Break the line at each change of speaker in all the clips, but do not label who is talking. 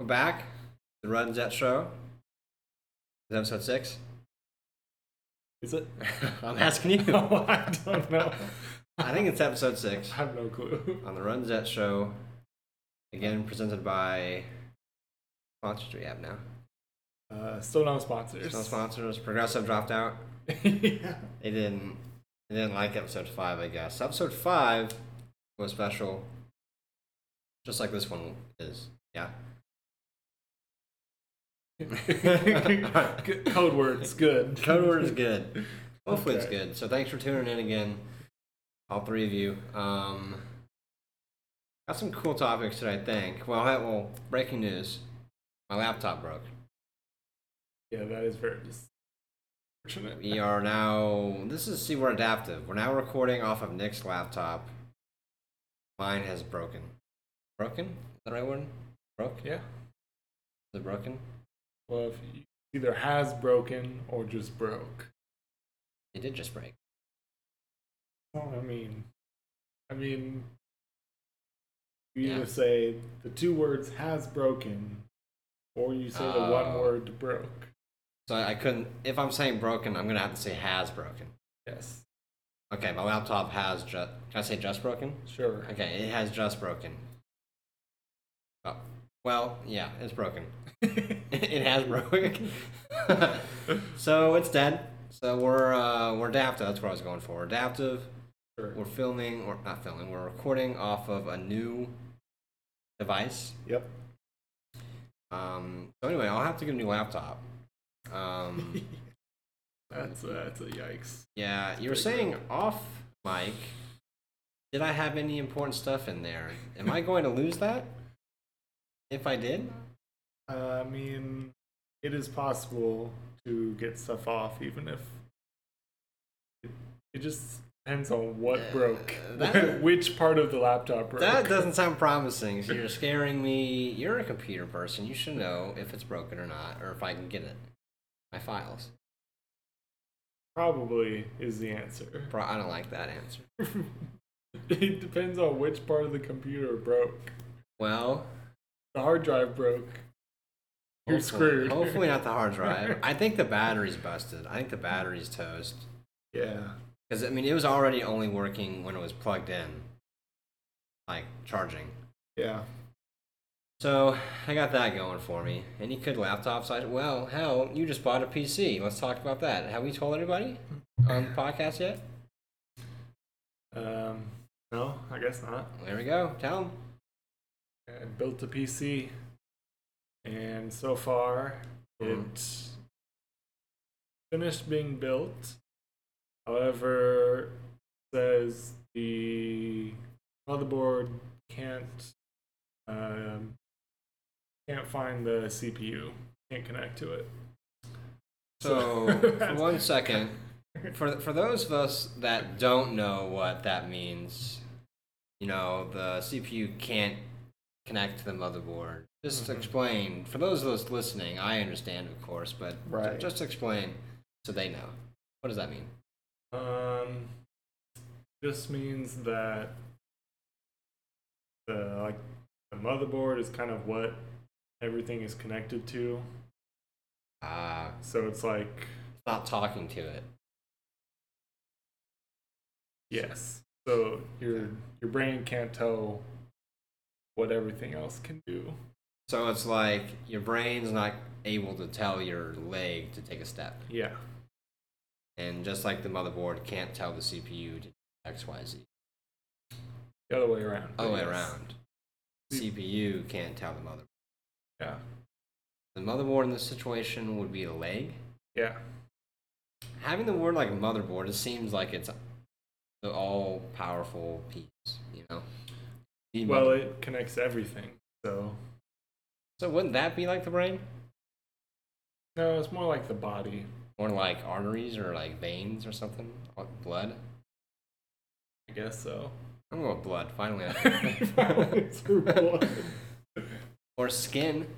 back and runs that show. Is that episode six?
Is it?
I'm asking you.
No, I don't know.
I think it's episode six
I have no clue.
on the Runs That Show. Again, presented by sponsors we have now.
Uh, still no sponsors.
Some sponsors. Progressive dropped out.
yeah.
They didn't. They didn't like episode five, I guess. Episode five was special, just like this one is. Yeah.
Good- Code words, good.
Code word is good. Hopefully it's
Okay.
good. So thanks for tuning in again, all three of you. Um, got some cool topics today, I think. Well, I- well, breaking news. My laptop broke.
Yeah, that is very disfortunate.
We are now. This is see we're adaptive. We're now recording off of Nick's laptop. Mine has broken. Broken? Is that the right word? Broke?
Yeah.
Is it broken?
Well, if you either has broken or just broke.
It did just break.
Well, I mean, I mean, you
Yeah.
either say the two words has broken, or you say the one
Oh.
word broke.
So I couldn't. If I'm saying broken, I'm gonna have to say has broken.
Yes,
Okay, my laptop has just. Can I say just broken?
sure.
Okay, it has just broken. Oh, well, yeah, it's broken. it has broken. so it's dead. So we're uh, we're adaptive. That's what I was going for. We're adaptive.
Sure.
We're filming or not filming. We're recording off of a new device.
Yep.
Um, so anyway, I'll have to get a new laptop. Um,
That's a, that's a yikes.
yeah, you were
Pretty
saying off mic. Did I have any important stuff in there? Am I going to lose that? If I did,
Uh, I mean, it is possible to get stuff off, even if it, it just depends on what
Yeah,
broke,
that-
which part of the laptop broke.
That doesn't sound promising. So you're scaring me. You're a computer person. You should know if it's broken or not, or if I can get it. My files.
probably is the answer.
Pro- I don't like that answer.
it depends on which part of the computer broke.
Well,
The hard drive broke. You're
hopefully-
screwed.
Hopefully not the hard drive. I think the battery's busted. I think the battery's toast.
Yeah.
Because I mean, it was already only working when it was plugged in, like charging.
Yeah.
So I got that going for me. Any good laptops? I well, hell, you just bought a PC. Let's talk about that. Have we told anybody on the podcast yet?
Um. No, I guess not.
There we go. Tell them.
I built a PC, and so far
Hmm.
it finished being built. However, says the motherboard can't um, can't find the CPU, can't connect to it.
So, for one second, for, for those of us that don't know what that means, you know, the CPU can't connect to the motherboard. Just
Mhm.
explain. For those of us listening, I understand, of course, but ju-
Right.
just explain so they know. What does that mean?
Um, just means that the like the motherboard is kind of what everything is connected to.
Ah,
So it's like
not talking to it.
yes. So your your brain can't tell what everything else can do.
So it's like your brain's not able to tell your leg to take a step.
Yeah.
And just like the motherboard can't tell the CPU to XYZ.
The other way around. but
other way
Oh, yes.
around.
We-
CPU can't tell the motherboard.
Yeah.
The motherboard in this situation would be a leg.
Yeah.
Having the word like motherboard, it seems like it's the all powerful piece, you know? The
Well,
mother-
it connects everything. So
so wouldn't that be like the brain?
no, it's more like the body.
Or like arteries or like veins or something? Or blood?
I guess so.
I'm going with blood, finally.
It's her blood.
or skin.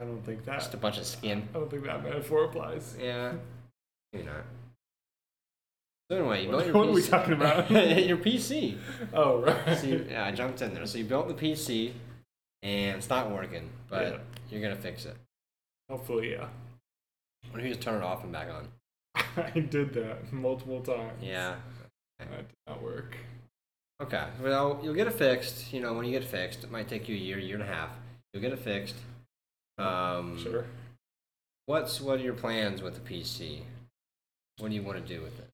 I don't think
Just
that.
a bunch of skin.
I don't think that metaphor applies.
Yeah. Maybe not. So anyway, you
What-
built your
what are we
PC
talking about?
your PC.
Oh right.
So you, yeah, I jumped in there. So you built the PC. and it's not working, but
Yeah.
you're gonna fix it.
Hopefully, yeah.
What if you just turn it off and back on?
I did that multiple times.
Yeah.
That did not work.
Okay. Well, you'll get it fixed. You know, when you get it fixed, it might take you a year, year and a half. You'll get it fixed. Um,
Sure.
What's what are your plans with the PC? What do you want to do with it?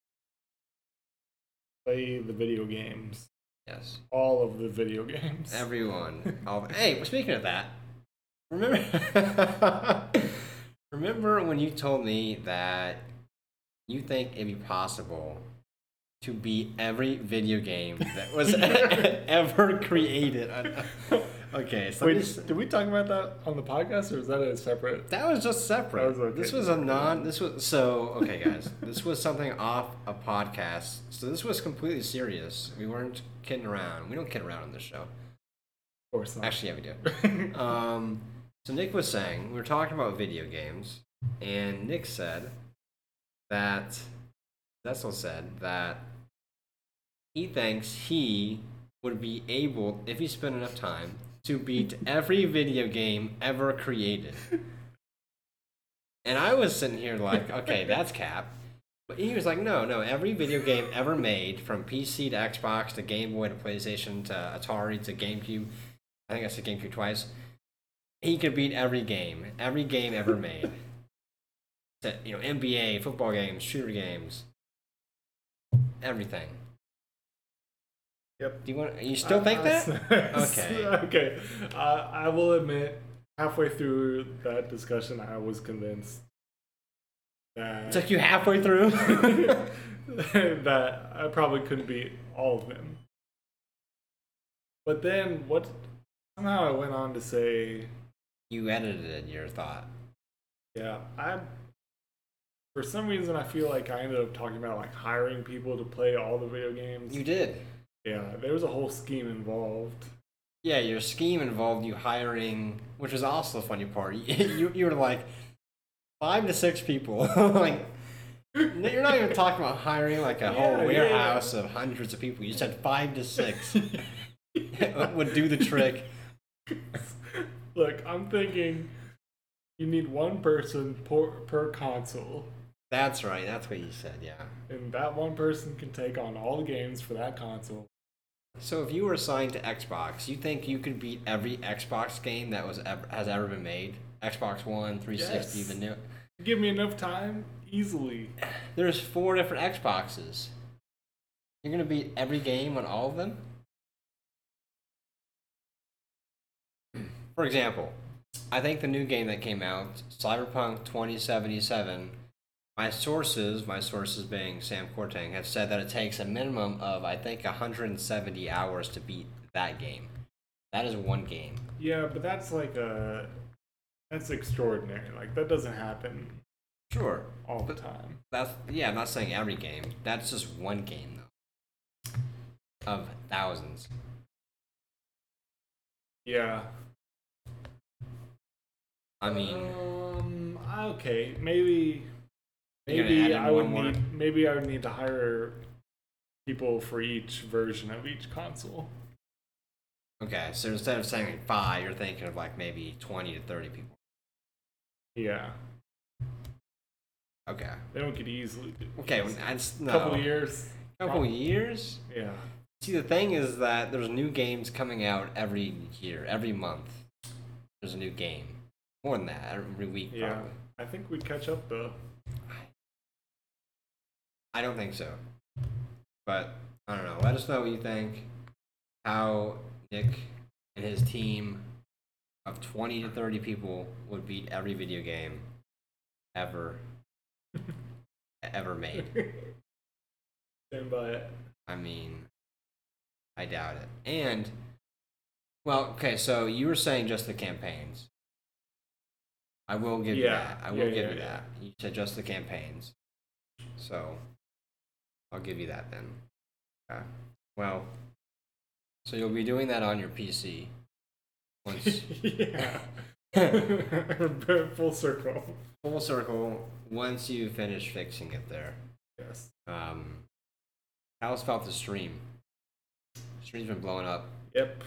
Play the video games.
Yes.
All of the video games.
Everyone. All, hey, well, speaking of that, remember, remember when you told me that you think it'd be possible to beat every video game that was ever created? Okay, so
Wait,
this-
did we talk about that on the podcast, or is that a separate?
that was just separate.
That was okay.
This was a non. This was so okay, guys. this was something off a podcast. So this was completely serious. We weren't kidding around. We don't kid around on this show.
Of course not.
Actually, yeah, we do. Um, so Nick was saying we were talking about video games, and Nick said that Cecil said that he thinks he would be able, if he spent enough time, to beat every video game ever created. And I was sitting here like, okay, that's cap. But he was like, no, no, every video game ever made, from PC to Xbox to Game Boy to PlayStation to Atari to GameCube, I think I said GameCube twice. He could beat every game, every game ever made. To, you know, NBA, football games, shooter games, everything.
Yep.
Do you want? You still think that? Okay.
okay. Uh, I will admit, halfway through that discussion, I was convinced that
It took you halfway through.
that I probably couldn't beat all of them. But then what? Somehow I went on to say,
you edited your thought.
yeah, I. For some reason, I feel like I ended up talking about like hiring people to play all the video games.
You did.
yeah, there was a whole scheme involved.
Yeah, your scheme involved you hiring, which was also the funny part. You, you were like five to six people. like no, you're not even talking about hiring like a
Yeah,
whole
yeah, yeah.
warehouse of hundreds of people. You said five to six would do the trick.
Look, I'm thinking you need one person per, per console,
That's right. That's what you said. Yeah.
and that one person can take on all the games for that console.
So if you were assigned to Xbox, you think you could beat every Xbox game that was ever, has ever been made? Xbox One, 360,
Yes.
the new.
Give me enough time, easily.
There's four different Xboxes. You're gonna beat every game on all of them. For example, I think the new game that came out, Cyberpunk 2077. My sources, my sources being Sam Cortang, have said that it takes a minimum of I think 170 hours to beat that game. That is one game.
Yeah, but that's like a that's extraordinary. Like that doesn't happen
Sure.
all the time.
That's yeah. I'm not saying every game. That's just one game though. Of thousands.
Yeah.
I mean,
um, okay, maybe
You're gonna add
maybe
in
I would
one more?
need maybe I would need to hire people for each version of each console.
okay. So instead of saying like five, you're thinking of like maybe twenty to thirty people.
Yeah.
Okay.
They don't get easily. do it.
Okay. Well, that's
A
no.
couple years.
Couple years.
Yeah.
See, the thing is that there's new games coming out every year, every month. There's a new game. More than that, every week.
Yeah.
Probably.
I think we'd catch up though.
I don't think so. But I don't know. Let us know what you think. How Nick and his team of 20 to 30 people would beat every video game ever ever made.
Stand by it.
I mean, I doubt it. And well, okay, so you were saying just the campaigns. I will give you
Yeah,
that. I
yeah,
will give
yeah,
you
yeah.
that. You said just the campaigns. So I'll give you that then. Okay. Well, so you'll be doing that on your PC. Once
yeah. Full circle.
full circle, once you finish fixing it there.
Yes.
Um how's about the stream? Stream's been blowing up.
Yep.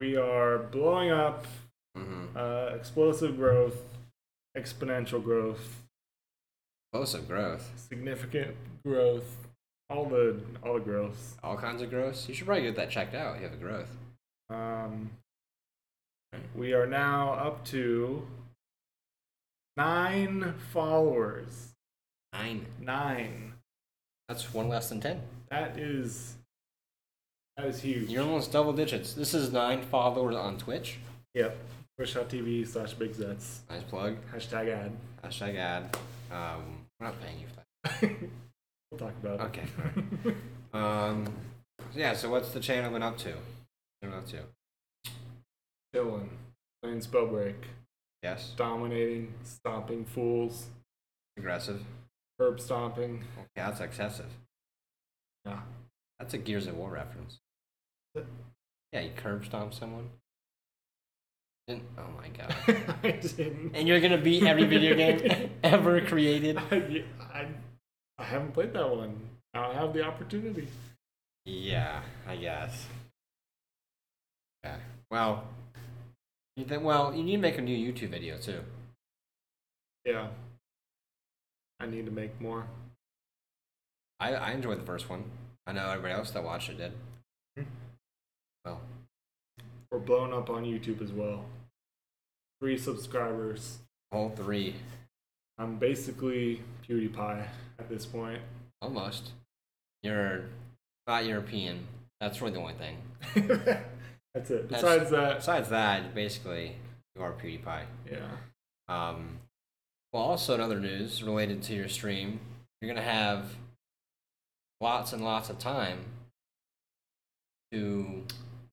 We are blowing up
Mm-hmm.
uh, explosive growth, exponential growth,
Explosive Oh, growth.
significant growth, all the all the growths.
All kinds of growth. You should probably get that checked out. You have a growth.
Um, we are now up to nine followers.
Nine.
Nine.
That's one less than ten.
That is that is huge.
You're almost double digits. This is nine followers on Twitch.
Yep. Twitch.tv slash big zets.
Nice plug.
Hashtag ad.
Hashtag ad. Um, we're not paying you for that.
We'll talk about
Okay. Um, yeah. So what's the channel been up to? Been up to?
it. Dylan. Playing spell break.
Yes.
Dominating. Stomping fools.
Aggressive.
Herb stomping.
Okay, that's excessive.
Yeah.
That's a Gears of War reference.
What?
Yeah, you curb stomp someone. And, oh my god.
I didn't.
and you're gonna beat every video game ever created.
I, I, I haven't played that one. Now I have the opportunity.
Yeah, I guess. Yeah. Well, you th- well, you need to make a new YouTube video too.
Yeah. I need to make more.
I I enjoyed the first one. I know everybody else that watched it did. Well,
We're blown up on YouTube as well. Three subscribers.
all three
I'm basically PewDiePie at this point.
almost. You're not European. That's really the only thing.
That's it. Besides that,
Besides that, basically, you are PewDiePie.
yeah.
Um, well, also in other news related to your stream, you're gonna have lots and lots of time to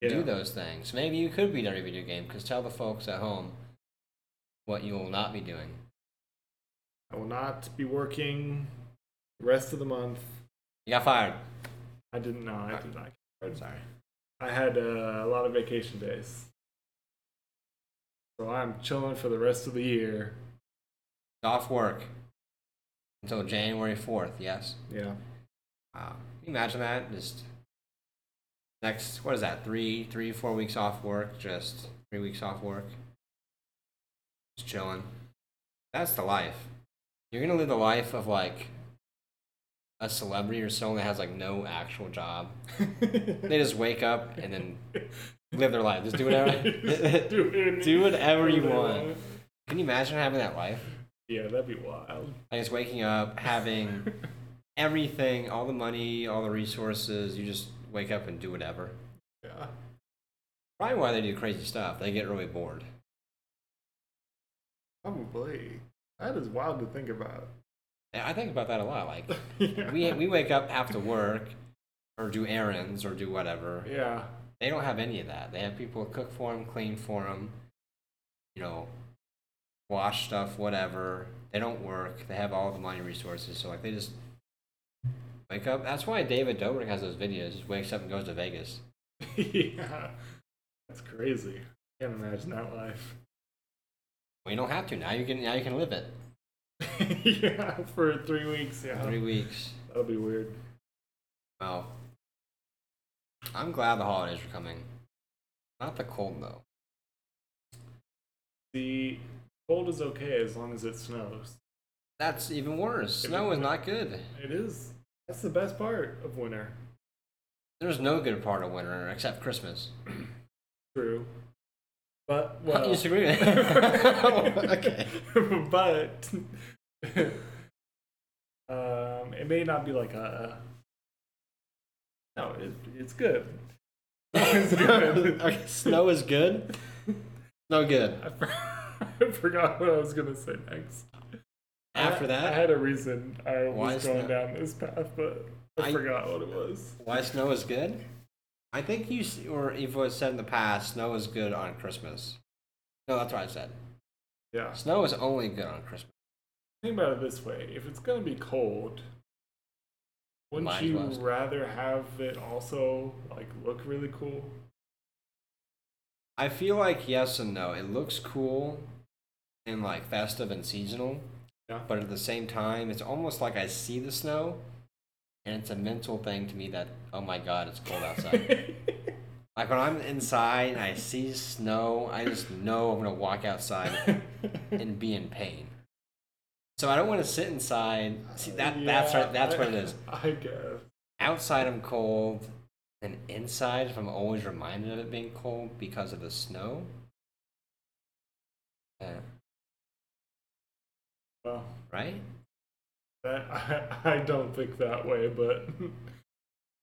Yeah.
do those things. Maybe you could beat every video game. Because tell the folks at home what you will not be doing.
I will not be working the rest of the month.
You got fired.
I didn't know. I did not.
I'm sorry.
I had uh, a lot of vacation days. So I'm chilling for the rest of the year.
Off work until January fourth. Yes.
Yeah.
Wow. Can you imagine that? Just next, what is that? Three, three, four weeks off work. Just three weeks off work. Just chilling. That's the life. You're gonna live the life of like a celebrity or someone that has like no actual job. They just wake up and then live their life. Just do whatever.
do, it.
do whatever you
Whatever.
want. Can you imagine having that life?
Yeah, that'd be wild.
Like just waking up, having everything, all the money, all the resources. You just wake up and do whatever.
Yeah.
Probably why they do crazy stuff. They get really bored.
Probably. That is wild to think about.
And I think about that a lot. Like
yeah.
we we wake up after work, or do errands, or do whatever.
yeah.
They don't have any of that. They have people cook for them, clean for them, you know, wash stuff, whatever. They don't work. They have all the money resources. So like they just wake up. That's why David Dobrik has those videos. Just wakes up and goes to Vegas.
yeah. That's crazy. Can't imagine that life.
Well, you don't have to now. You can now you can live it.
yeah, for three weeks. Yeah.
Three weeks.
That'll be weird.
Well, I'm glad the holidays are coming. Not the cold though.
The cold is okay as long as it snows.
That's even worse. Snow is not good.
It is. That's the best part of winter.
There's no good part of winter except Christmas.
True. But
Well.
well.
you disagree with that? okay.
but um, it may not be like a. No, it, it's good. It's good.
okay. Snow is good. No good.
I, for- I forgot what I was gonna say next.
After
I- I
that,
had a reason I
Why
was
is
going
that?
down this path, but I,
I-
forgot what it was.
why snow is good? I think you s- or if it was said in the past, snow is good on Christmas. No, that's what I said.
Yeah.
Snow is only good on Christmas.
Think about it this way: if it's gonna be cold, wouldn't
Might as
you
well stay.
rather have it also like look really cool?
I feel like yes and no. It looks cool and like festive and seasonal,
Yeah.
but at the same time, it's almost like I see the snow and it's a mental thing to me that, oh my god, it's cold outside. Like when I'm inside and I see snow, I just know I'm gonna walk outside and be in pain. So I don't want to sit inside. See that that's
Yeah,
right. That's what it is.
I guess.
Outside I'm cold, and inside if I'm always reminded of it being cold because of the snow. uh, Yeah,
Well,
right?
that, I, I don't think that way, but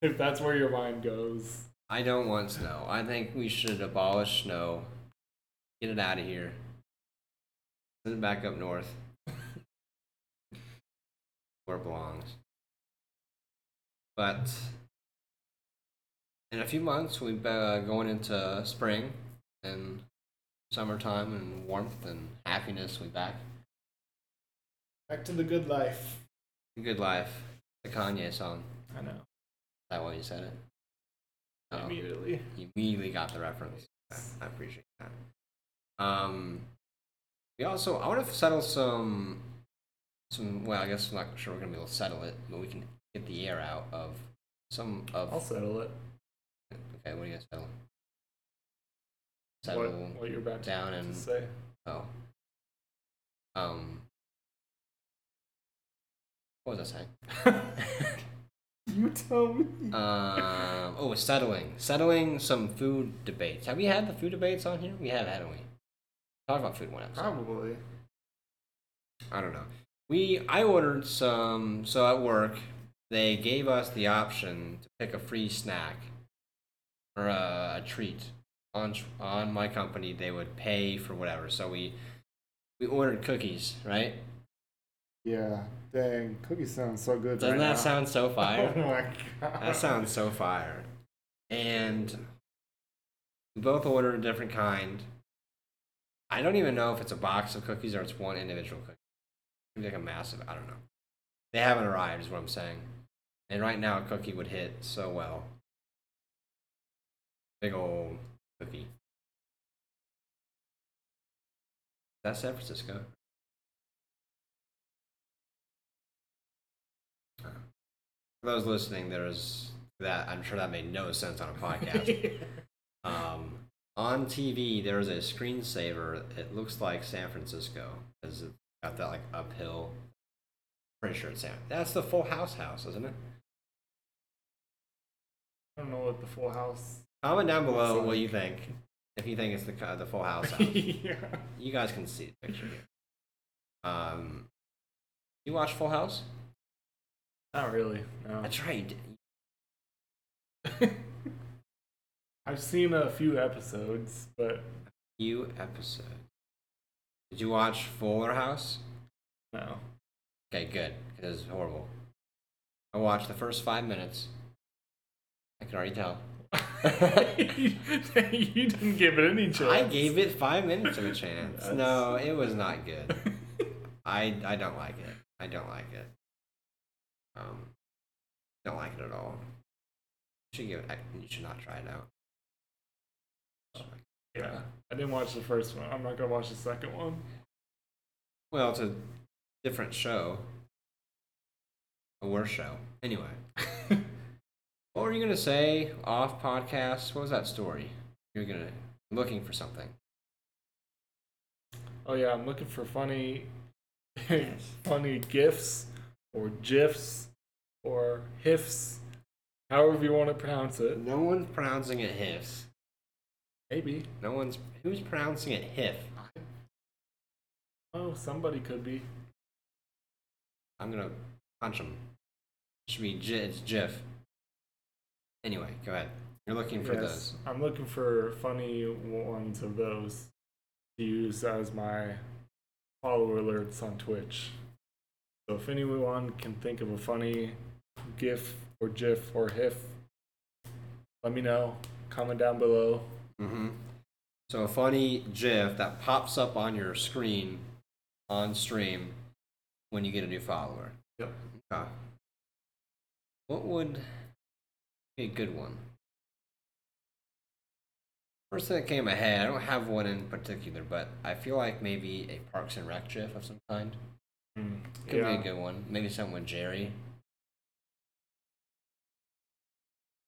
if that's where your mind goes,
I don't want snow. I think we should abolish snow. Get it out of here. Send it back up north. Where it belongs. But in a few months, we be uh, going into spring and summertime and warmth and happiness. We back.
back to the good life.
Good life. The Kanye song. Is
I know.
that why you said it? Oh.
Immediately.
You immediately got the reference. I appreciate that. Um, we also I want to settle some, some. Well, I guess I'm not sure we're gonna be able to settle it, but we can get the air out of some of.
I'll settle it.
Okay, what are you gonna settle?
What,
Settle
what you're about to
down and
say.
oh. Um. What was I saying?
You tell me.
Um. oh, settling, settling some food debates. Have we had the food debates on here? We have, haven't we? Talk about food one episode.
Probably.
I don't know. We I ordered some so at work they gave us the option to pick a free snack or a, a treat on on my company they would pay for whatever. So we we ordered cookies, right?
Yeah. Dang, cookie sounds so good.
Doesn't
right
that
now.
sound so fire?
Oh my god.
that sounds so fire. And we both ordered a different kind. I don't even know if it's a box of cookies or it's one individual cookie. It's like a massive, I don't know. They haven't arrived, is what I'm saying. And right now, a cookie would hit so well. Big old cookie. That's San Francisco. For those listening, there is that. I'm sure that made no sense on a podcast. Um, on TV, there is a screensaver. It looks like San Francisco because it got that like uphill. Pretty sure it's San. That's the Full House house, isn't it?
I don't know what the full house.
Comment down below
Looks
what
like.
you think. If you think it's the co- the Full House house,
yeah.
you guys can see the picture here. Um, you watch Full House?
Not really. No.
That's right. you did.
I've seen a few episodes, but
New episode. Did you watch Fuller House?
no.
Okay, good. 'cause It was horrible. I watched the first five minutes. I can already tell.
you didn't give it any chance.
I gave it five minutes of a chance. No, it was not good. I I don't like it. I don't like it. Um, don't like it at all. You should give it. I- You should not try it out.
Yeah. I didn't watch the first one. I'm not gonna watch the second one.
Well, it's a different show. A worse show. Anyway, what were you gonna say off podcast? What was that story? You're gonna looking for something.
Oh yeah, I'm looking for funny, funny gifs or gifs or hifs, however you want to pronounce it.
No one's pronouncing it hiss.
Maybe.
No one's who's pronouncing it hiff.
Oh, somebody could be.
I'm gonna punch him. Should be J- it's Jiff. Anyway, go ahead. You're looking for those.
I'm looking for funny ones of those to use as my follower alerts on Twitch. So if anyone can think of a funny GIF or GIF or HIF, let me know. Comment down below.
Mm-hmm. So a funny GIF that pops up on your screen on stream when you get a new follower.
Yep.
Okay. What would be a good one? First thing that came ahead, I don't have one in particular, but I feel like maybe a Parks and Rec GIF of some kind could
Hmm. yeah.
be a good one. Maybe something with Jerry.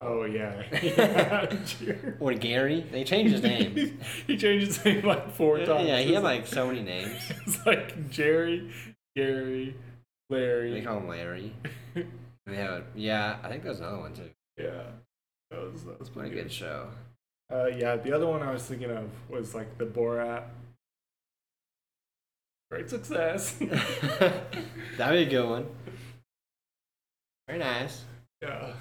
Oh yeah.
Or Gary. They changed his name.
he changed his name like four times.
yeah, he had like so many names.
it's like Jerry, Gary,
They
Larry.
call him Larry. They have a, yeah, I think there's another one too.
Yeah, that was that was
What a
pretty
good
good.
show.
Uh, yeah, the other one I was thinking of was like the Borat. Great success.
That'd be a good one. Very nice.
yeah.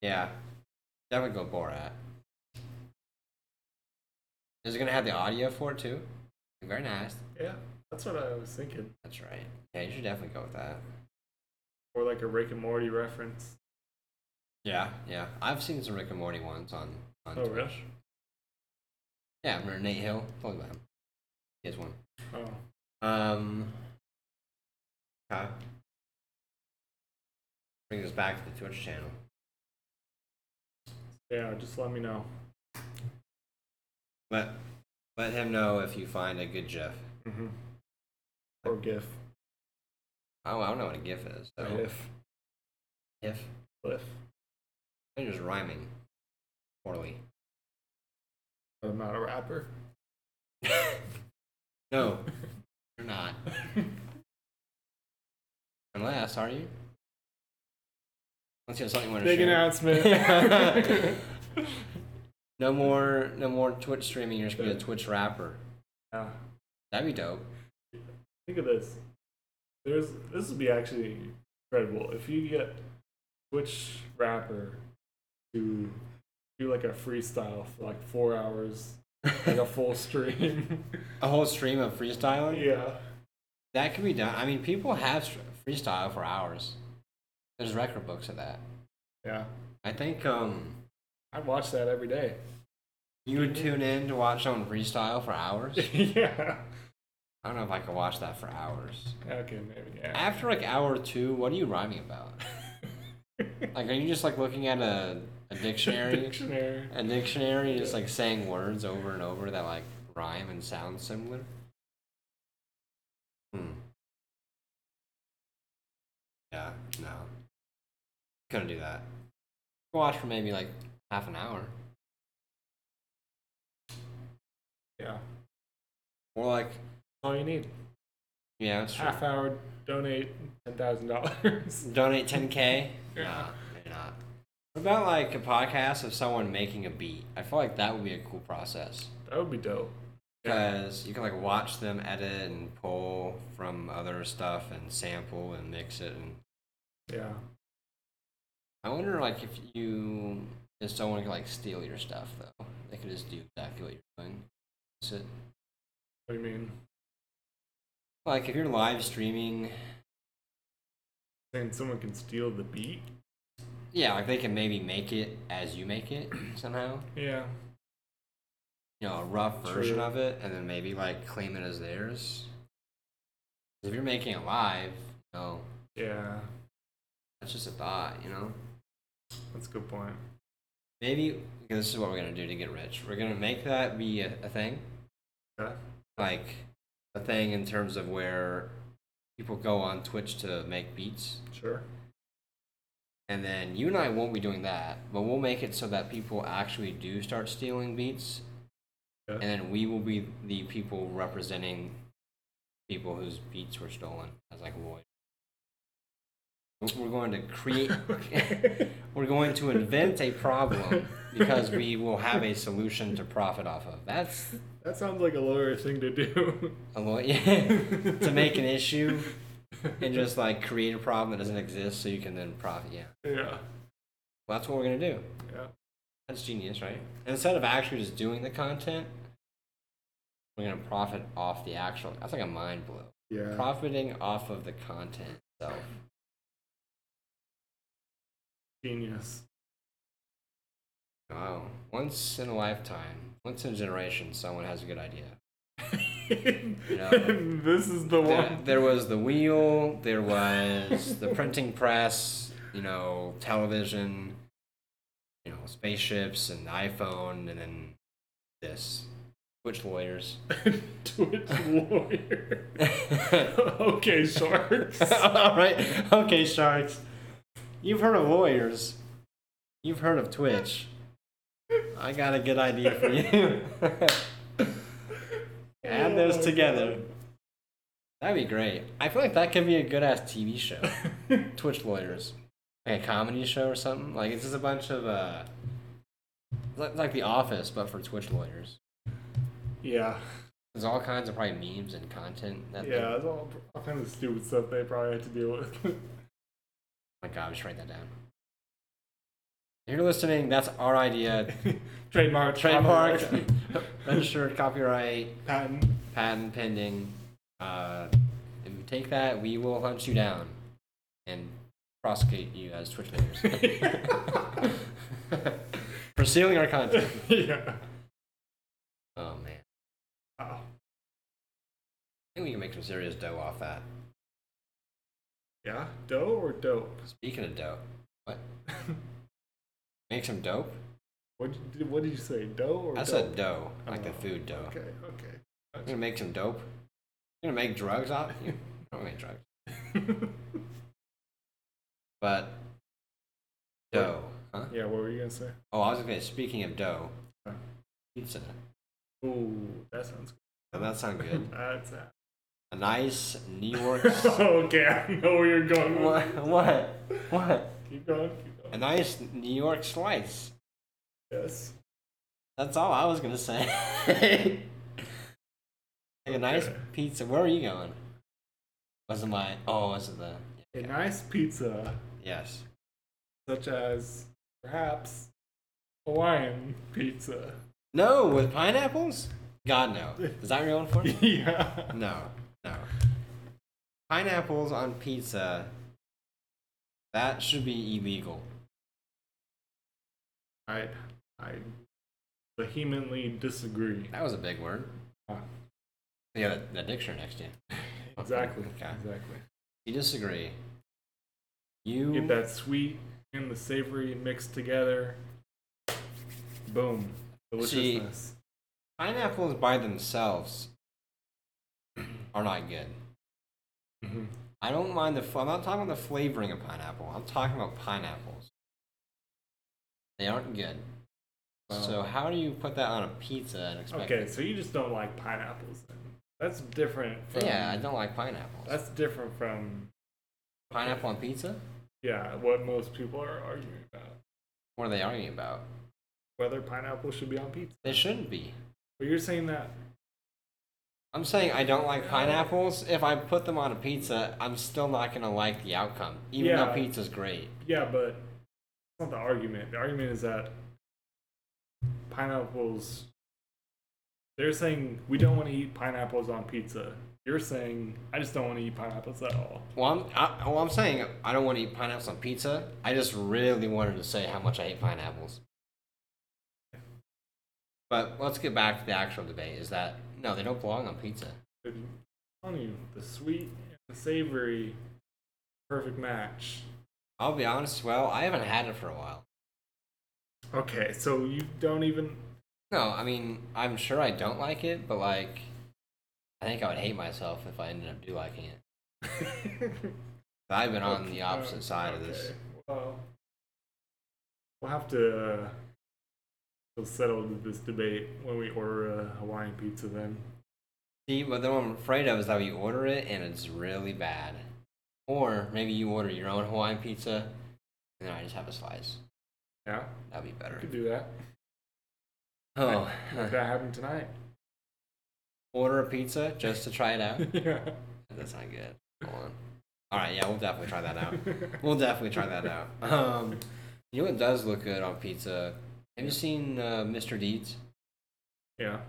Yeah. Definitely go Borat. Is it gonna have the audio for it too? Very nice.
Yeah, that's what I was thinking.
That's right. Yeah, you should definitely go with that.
Or like a Rick and Morty reference.
Yeah, yeah. I've seen some Rick and Morty ones on on
Oh,
Twitch.
really?
Yeah, I remember Nate Hill. Look at him. He has one.
Oh,
Um. Okay. Bring this back to the Twitch channel.
yeah. Just let me know.
Let let him know if you find a good GIF.
Mm-hmm. Or GIF.
Oh, I don't know what a GIF is. So
GIF.
GIF.
GIF.
They're just rhyming poorly.
I'm not a rapper.
No, you're not. Unless, are you? Unless you have something you want to
Big
share.
announcement.
No more, no more Twitch streaming. You're just gonna be a
Yeah.
Twitch rapper.
yeah.
That'd be dope.
Think of this. There's this would be actually incredible if you get Twitch rapper to do like a freestyle for like four hours, like a full stream.
A whole stream of freestyling.
yeah.
That could be done. I mean, people have str- freestyle for hours. There's record books of that.
Yeah.
I think um,
I'd watch that every day.
you would tune in to watch someone freestyle for hours.
yeah.
I don't know if I could watch that for hours.
Okay, maybe. Yeah.
After like hour two, what are you rhyming about? Like, are you just like looking at a, a dictionary?
Dictionary.
a dictionary just like saying words over and over that like rhyme and sound similar. Hmm. Yeah, no. Couldn't do that. Watch for maybe like half an hour.
Yeah.
Or like,
All you need.
yeah, it's true.
Half hour. Donate ten thousand dollars.
Donate 10K?
Yeah.
Nah, maybe not. What about like a podcast of someone making a beat? I feel like that would be a cool process.
That would be dope.
because you can like watch them edit and pull from other stuff and sample and mix it and
Yeah.
i wonder like if you if someone could like steal your stuff though they could just do exactly what you're doing so,
What do you mean?
like if you're live streaming
Saying someone can steal the beat?
yeah like they can maybe make it as you make it somehow
Yeah.
you know a rough version
True.
of it and then maybe like claim it as theirs if you're making it live you know
Yeah.
that's just a thought you know
That's a good point.
Maybe okay, this is what we're gonna do to get rich. We're gonna make that be a, a thing,
Okay.
like a thing in terms of where people go on Twitch to make beats,
Sure.
and then you and I won't be doing that, but we'll make it so that people actually do start stealing beats,
Yeah.
and then we will be the people representing people whose beats were stolen as like lawyers. We're- We're going to create. We're going to invent a problem because we will have a solution to profit off of. That's
that sounds like a lawyer thing to do.
a lawyer to make an issue and just like create a problem that doesn't exist so you can then profit. Yeah,
Yeah.
well, that's what we're gonna do.
Yeah.
That's genius, right? Instead of actually just doing the content, we're gonna profit off the actual. That's like a mind blow.
Yeah.
Profiting off of the content itself.
Genius.
Wow, once in a lifetime, once in a generation, someone has a good idea.
this is the
there,
one.
there was the wheel, there was the printing press, you know, television, you know, spaceships and iPhone, and then this. Twitch lawyers.
Twitch lawyer. okay, sharks.
All right. Okay, sharks. You've heard of lawyers. You've heard of Twitch. I got a good idea for you. Add those together. That'd be great. I feel like that could be a good ass TV show. Twitch lawyers, like a comedy show or something. Like it's just a bunch of uh, it's like, like The Office, but for Twitch lawyers.
yeah,
There's all kinds of probably memes and content. That they-
yeah, it's all, all kind of stupid stuff they probably have to deal with.
oh my God, we should write that down. If you're listening, that's our idea.
Trademark,
Trademark,
copyright,
registered, copyright,
patent.
patent pending. Uh, if you take that, we will hunt you down and prosecute you as Twitch lawyers for stealing our content.
yeah.
Oh man, I
Wow.
think we can make some serious dough off that.
Yeah, dough or dope?
Speaking of dope, what? Make some dope?
What did, what did you say? Dough or
I
Oh, dope?
said dough, like the
Oh,
food dough.
Okay, okay.
You're gonna make some dope? You're gonna make drugs off? You don't make drugs. But dough, huh?
yeah, what were you gonna say?
Oh, I was gonna. Speaking of dough,
Huh.
pizza.
Ooh, that sounds
Doesn't that sound good?
good. That's that.
A nice New York.
okay, I know where you're going. With.
what? What? What?
it. Keep going, keep going.
A nice New York slice.
Yes.
That's all I was gonna say. like a nice
Okay.
pizza. Where are you going? Wasn't my oh, was it the
A nice pizza,
yes?
such as perhaps Hawaiian pizza.
No, with pineapples? God no. Is that what you're going for?
yeah.
No, no. Pineapples on pizza. That should be illegal.
I I vehemently disagree.
That was a big word.
Huh.
Yeah, that, that dictionary next to you.
Exactly.
Okay.
Exactly.
You disagree. You
Get that sweet and the savory mixed together. Boom.
See-
Deliciousness.
pineapples by themselves are not good.
hmm
I don't mind the. f- I'm not talking about the flavoring of pineapple. I'm talking about pineapples. They aren't good. So
Wow.
how do you put that on a pizza and expect?
Okay, so you just don't like pineapples. Then. That's different from
Yeah, I don't like
um,
pineapples.
that's different from
Pineapple on pizza?
yeah, what most people are arguing about.
What are they arguing about?
Whether pineapple should be on pizza.
They shouldn't be.
But you're saying that
I'm saying I don't like pineapples. If I put them on a pizza, I'm still not gonna like the outcome, even though
Yeah.
pizza's great.
yeah, but it's not the argument. The argument is that pineapples they're saying we don't want to eat pineapples on pizza. You're saying I just don't want to eat pineapples at all.
Well, I'm, I, well, I'm saying I don't want to eat pineapples on pizza. I just really wanted to say how much I hate pineapples. But let's get back to the actual debate. Is that no, they don't belong on pizza.
I'm telling you, the sweet and the savory perfect match.
I'll be honest. Well, I haven't had it for a while.
Okay, so you don't even
No, I mean I'm sure I don't like it, but like I think I would hate myself if I ended up do liking it. But I've been on
Okay,
the opposite
uh,
side of this.
okay, Well, we'll have to uh, we'll settle this debate when we order a Hawaiian pizza then.
See, but then what I'm afraid of is that we order it and it's really bad. Or maybe you order your own Hawaiian pizza and then I just have a slice.
Yeah,
That'd be better.
we could do that.
Oh,
That happened tonight.
order a pizza just to try it out?
yeah.
That's not good. Hold on. All right, yeah, we'll definitely try that out. We'll definitely try that out. Um, you know what does look good on pizza? Have you seen uh, Mr. Deeds?
Yeah.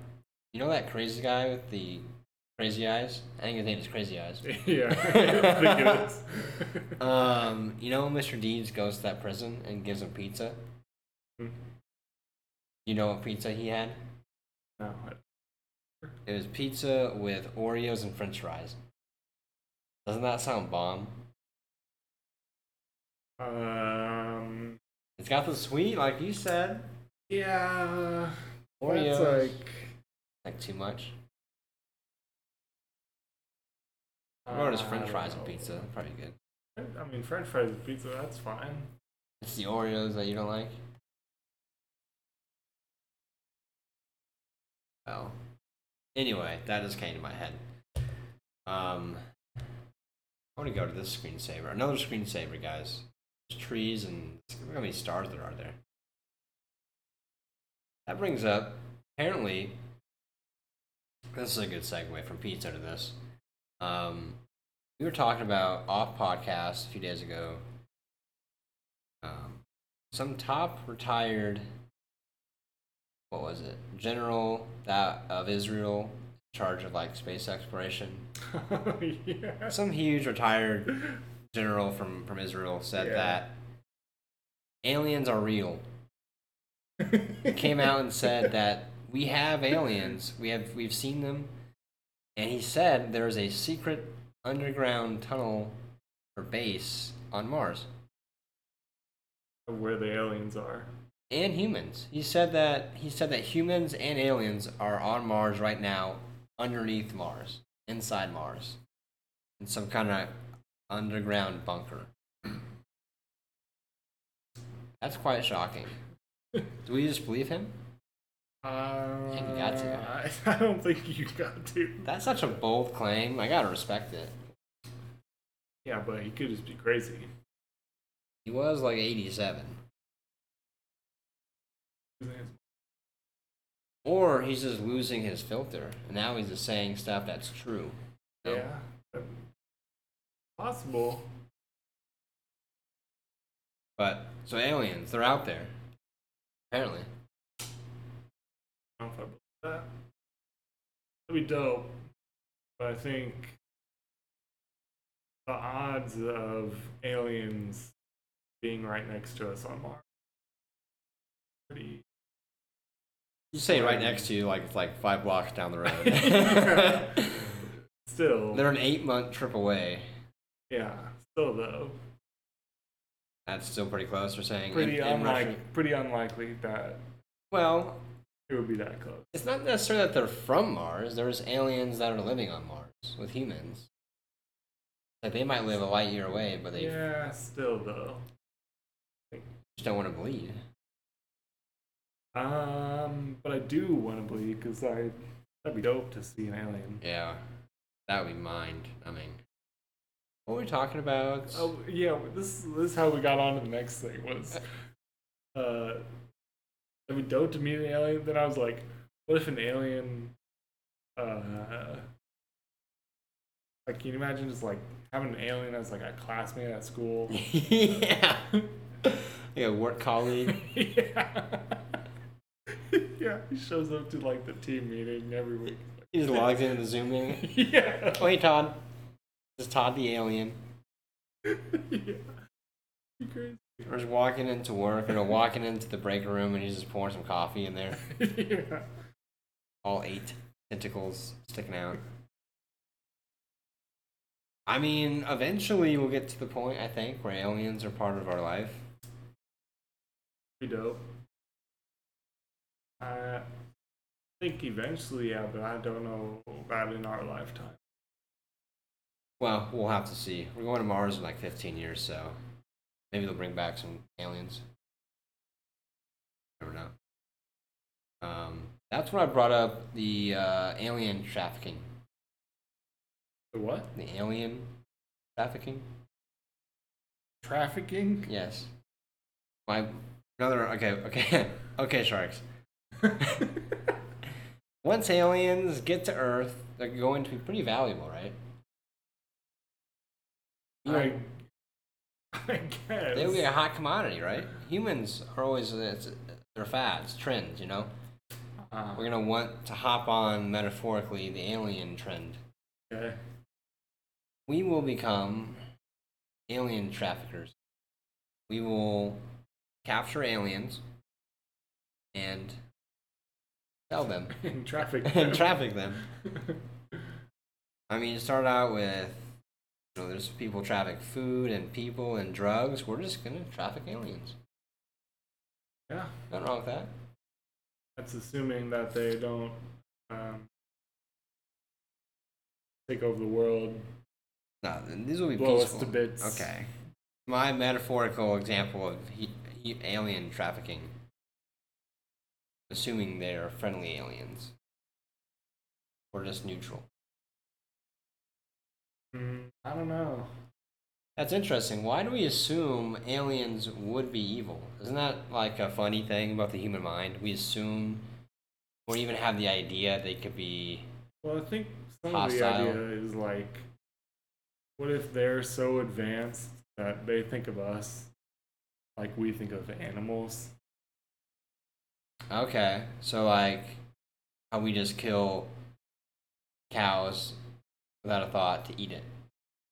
You know that crazy guy with the crazy eyes? I think his name is Crazy Eyes.
yeah. I think it is.
Um, you know, Mr. Deeds goes to that prison and gives him pizza.
Hmm.
You know what pizza he had?
no, I-
It was pizza with Oreos and French fries. Doesn't that sound bomb?
Um.
It's got the sweet, like you said.
Yeah.
Oreos,
That's
like...
like.
too much.
Uh,
I ordered his French fries and pizza. Probably good.
I mean, French fries and pizza. That's fine.
It's the Oreos that you don't like. Well, anyway, that just came to my head. Um, I want to go to this screensaver. Another screensaver, guys. There's trees and how many stars there are there. That brings up apparently. This is a good segue from pizza to this. Um, we were talking about off podcast a few days ago. Um, some top retired, what was it, general that of Israel, in charge of like space exploration.
yeah.
Some huge retired general from from Israel said
Yeah.
that aliens are real. Came out and said that we have aliens. We have we've seen them, and he said there is a secret underground tunnel or base on Mars.
Where the aliens are.
and humans. He said that he said that humans and aliens are on Mars right now, underneath Mars, inside Mars, in some kind of underground bunker. That's quite shocking. Do we just believe him?
Uh,
you got to.
I, I don't think you got to.
That's such a bold claim. I gotta respect it.
Yeah, but he could just be crazy.
He was like 87, or he's just losing his filter, and now he's just saying stuff that's true. No.
Yeah. that- Possible.
But so aliens, they're out there, apparently.
I don't know if I believe that. That'd be dope. But I think the odds of aliens being right next to us on Mars pretty
You say right
Um,
next to you, like it's like five blocks down the road.
Yeah. still
They're an eight month trip away.
yeah. Still though.
That's still pretty close. They're saying in-
Pretty
in Russia-
unlikely pretty unlikely that
Well,
it would be that close.
it's not necessarily that they're from Mars. There's aliens that are living on Mars with humans. Like they might live a light year away, but they
Yeah, still though.
just don't want to believe.
Um, but I do want to believe because I that'd be dope to see an alien.
Yeah, that would be mind. I mean, what were we talking about?
Oh yeah, this this is how we got on to the next thing was, uh, it'd be dope to meet an alien. Then I was like, what if an alien, uh, like can you imagine just like having an alien as like a classmate at school?
yeah, like a work colleague.
yeah. yeah, he shows up to like the team meeting every week.
He just logs into the Zoom meeting.
yeah.
Oh, hey, Todd. This is Todd the alien.
yeah. You crazy.
We're just walking into work, or walking into the break room, and he's just pouring some coffee in there.
yeah.
All eight tentacles sticking out. I mean, eventually we'll get to the point, I think, where aliens are part of our life.
Be dope. I think eventually, yeah, but I don't know about in our lifetime.
Well, we'll have to see. We're going to Mars in like 15 years, so maybe they'll bring back some aliens. Never know. Um, that's when I brought up the uh, alien trafficking.
The what?
The alien trafficking?
Trafficking?
Yes. My another okay, okay. okay, sharks. Once aliens get to Earth, they're going to be pretty valuable, right?
I, I guess.
They'll be a hot commodity, right? Humans are always it's, they're fads, trends, you know.
Ah,
We're gonna want to hop on metaphorically the alien trend.
okay.
we will become alien traffickers. We will capture aliens and sell them
And traffic.
and traffic them. I mean, start out with you know, there's people traffic food and people and drugs. We're just gonna traffic aliens.
yeah,
Nothing wrong with that.
that's assuming that they don't um, take over the world,
No, these will be
blow us
peaceful.
to bits.
Okay. my metaphorical example of he, he, alien trafficking, assuming they're friendly aliens or just neutral.
Mm, I don't know.
That's interesting. Why do we assume aliens would be evil? Isn't that like a funny thing about the human mind? We assume or even have the idea they could be.
Well, I think some
Hostile.
of the idea is like, what if they're so advanced that they think of us like we think of animals?
Okay, so like how we just kill cows without a thought to eat it.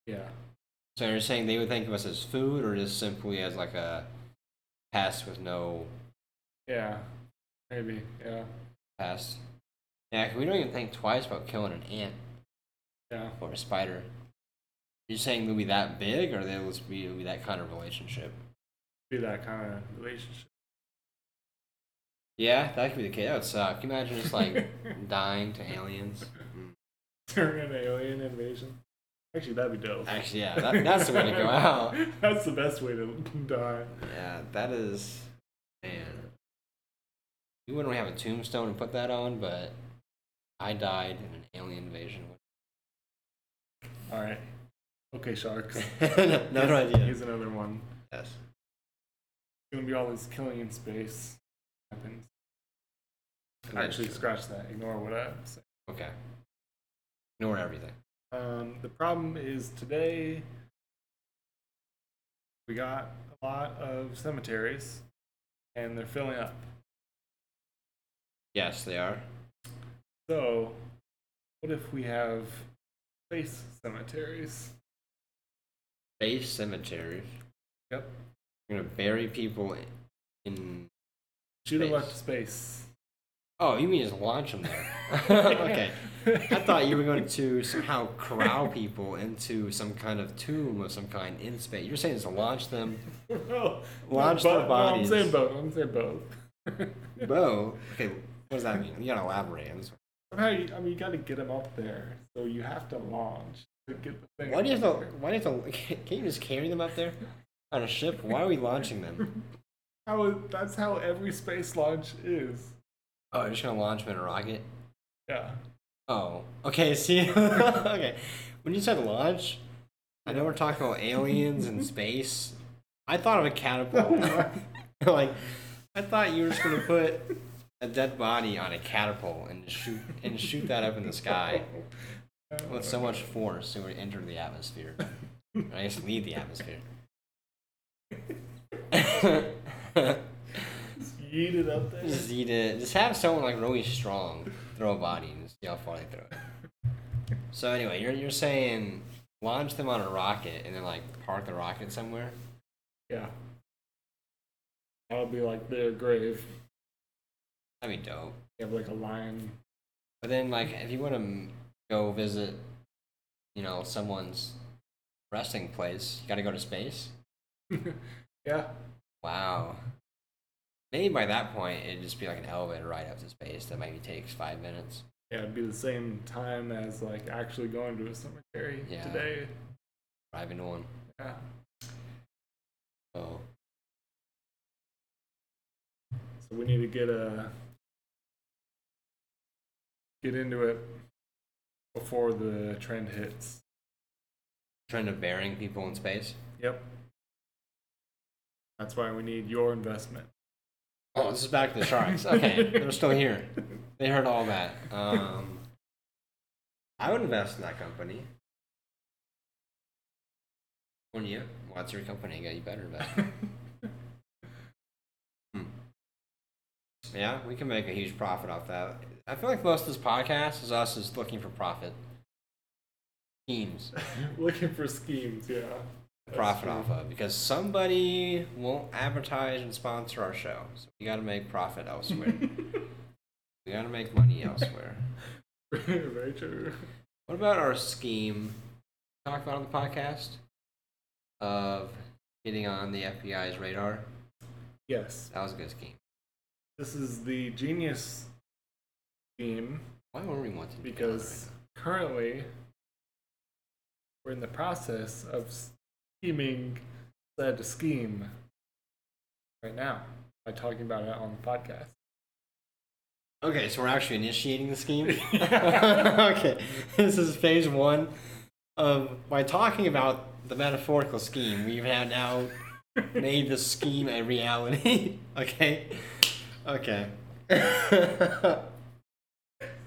Yeah.
So you're saying they would think of us as food or just simply as like a pest with no
Yeah. Maybe. Yeah.
pest? Yeah, 'cause we don't even think twice about killing an ant
Yeah.
or a spider. You're saying they'll be that big or they'll just be, it'll be that kind of relationship?
Be that kind of relationship.
Yeah, that could be the case. That would suck. Can you imagine just like dying to aliens?
during an alien invasion. Actually, that'd be dope.
Actually, yeah, that, that's the way to go out.
That's the best way to die.
Yeah, that is. Man. You wouldn't have a tombstone and put that on, but I died in an alien invasion.
All right. Okay, sharks.
no, no idea.
Here's another one.
Yes.
gonna be all this killing in space. Happens. Actually, scratch that. Ignore what I said.
Okay. Ignore everything.
Um, the problem is today we got a lot of cemeteries, and they're filling up.
Yes, they are.
So, what if we have space cemeteries?
Space cemeteries.
Yep.
You're gonna bury people in. in
Shoot
Space.
them up to space.
oh, you mean just launch them there? okay. I thought you were going to somehow corral people into some kind of tomb of some kind in space. You're saying just launch them.
well,
Launch
bo-
their
no, I'm
bodies.
saying both. I'm saying both.
Bo. Okay, what does that mean? You gotta elaborate. on this
Somehow, you, I mean, you got to get them up there, so you have to launch to get the
one.
thing.
Why do you
up
have to?
there.
Why do you have to? Can't you just carry them up there on a ship? Why are we launching them?
How is, that's how every space launch is.
Oh, you're just gonna launch them in a rocket?
Yeah.
Oh, okay. See, okay. When you said launch, I know we're talking about aliens and space. I thought of a catapult. like, I thought you were just gonna put a dead body on a catapult and shoot and shoot that up in the sky with so much force it would enter the atmosphere. Or I guess leave the atmosphere.
Yeet it up there.
just eat it. Just have someone like really strong throw a body and just see how far they throw it. So anyway, you're you're saying launch them on a rocket and then like park the rocket somewhere.
Yeah. That'll be like their grave.
That'd be dope.
You have like a lion.
But then like if you want to go visit, you know, someone's resting place, you got to go to space.
Yeah.
Wow. Maybe by that point it'd just be like an elevator ride up to space that maybe takes five minutes.
Yeah, it'd be the same time as like actually going to a cemetery
Yeah.
today.
Drive into one.
Yeah.
Oh.
So we need to get a get into it before the trend hits.
Trying to burying people in space.
Yep. That's why we need your investment.
Oh, this is back to the sharks. Okay, they're still here. They heard all that. Um, I would invest in that company. Wouldn't you? Well, it's your company. Yeah, you better invest. Hmm. Yeah, we can make a huge profit off that. I feel like most of this podcast is us is looking for profit. Teams
Looking for schemes, yeah. That's
profit
true.
off of because somebody won't advertise and sponsor our show. So we got to make profit elsewhere. we got to make money elsewhere.
Very true.
What about our scheme talked about on the podcast of getting on the FBI's radar?
Yes.
That was a good scheme.
This is the genius scheme
Why were we wanting to get on the
because currently we're in the process of scheming said scheme right now by talking about it on the podcast.
Okay, so we're actually initiating the scheme. okay, this is phase one of by talking about the metaphorical scheme. We've had now made the scheme a reality. okay, okay. That's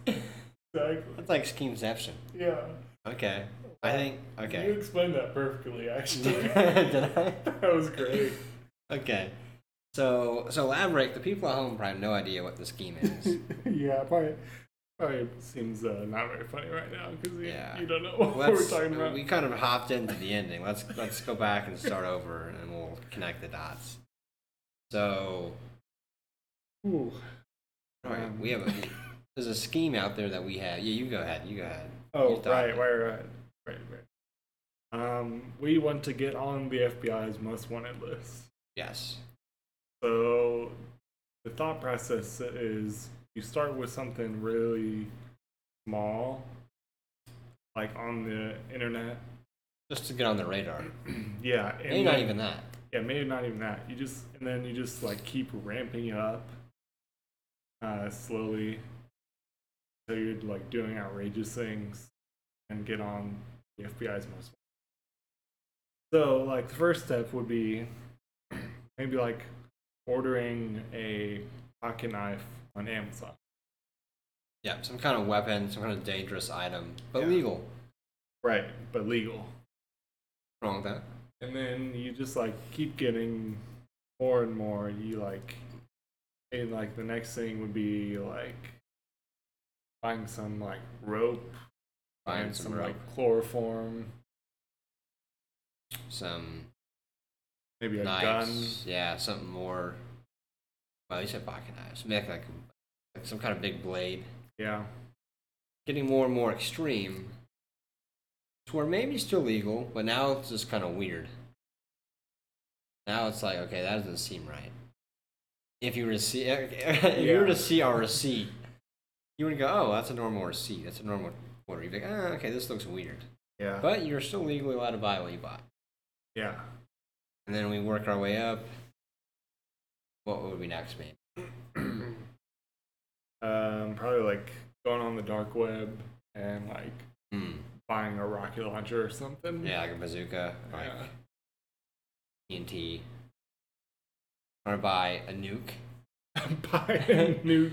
Exactly.
like schemeception.
Yeah.
Okay, I think.
You
Okay,
explained that perfectly, actually.
did I?
that was great.
Okay, so so elaborate. The people at home probably have no idea what the scheme is.
yeah, probably, probably seems uh, not very funny right now because you,
Yeah.
you don't know what we're
Let's-
talking about.
We kind of hopped into the ending. Let's let's go back and start over, and we'll connect the dots. So,
Ooh.
all right,
Um,
we have a there's a scheme out there that we have. Yeah, you go ahead. You go ahead.
Oh,
You thought-
right, right, right, right, right. Um, we want to get on the FBI's most wanted list.
Yes.
So the thought process is you start with something really small, like on the internet.
Just to get on the radar.
Yeah, and
Maybe not
then-
even that.
yeah, maybe not even that. You just and then you just like keep ramping it up uh, slowly, so you're like doing outrageous things and get on the FBI's most. wanted. So like the first step would be maybe like ordering a pocket knife on Amazon.
Yeah, some kind of weapon, some kind of dangerous item, but
Yeah.
legal.
Right, but legal.
Wrong with that.
and then you just like keep getting more and more you like and like the next thing would be like buying some like rope
Buying
and
some rope,
like chloroform
some
maybe a gun
knives. Yeah, something more. Well, you said pocket knives. Make like, like some kind of big blade.
yeah
getting more and more extreme to where maybe still legal, but now it's just kind of weird. Now it's like, okay, that doesn't seem right. If you were to see, if you
Yeah.
were to see our receipt, you would go, oh, that's a normal receipt. That's a normal order. You'd be like, ah, okay, this looks weird.
yeah
But you're still legally allowed to buy what you bought.
yeah
And then we work our way up. What would be next, man?
um probably like going on the dark web and like
Hmm.
buying a rocket launcher or something
Yeah, like a bazooka, like E
Yeah.
TNT. Or buy a nuke.
buy a nuke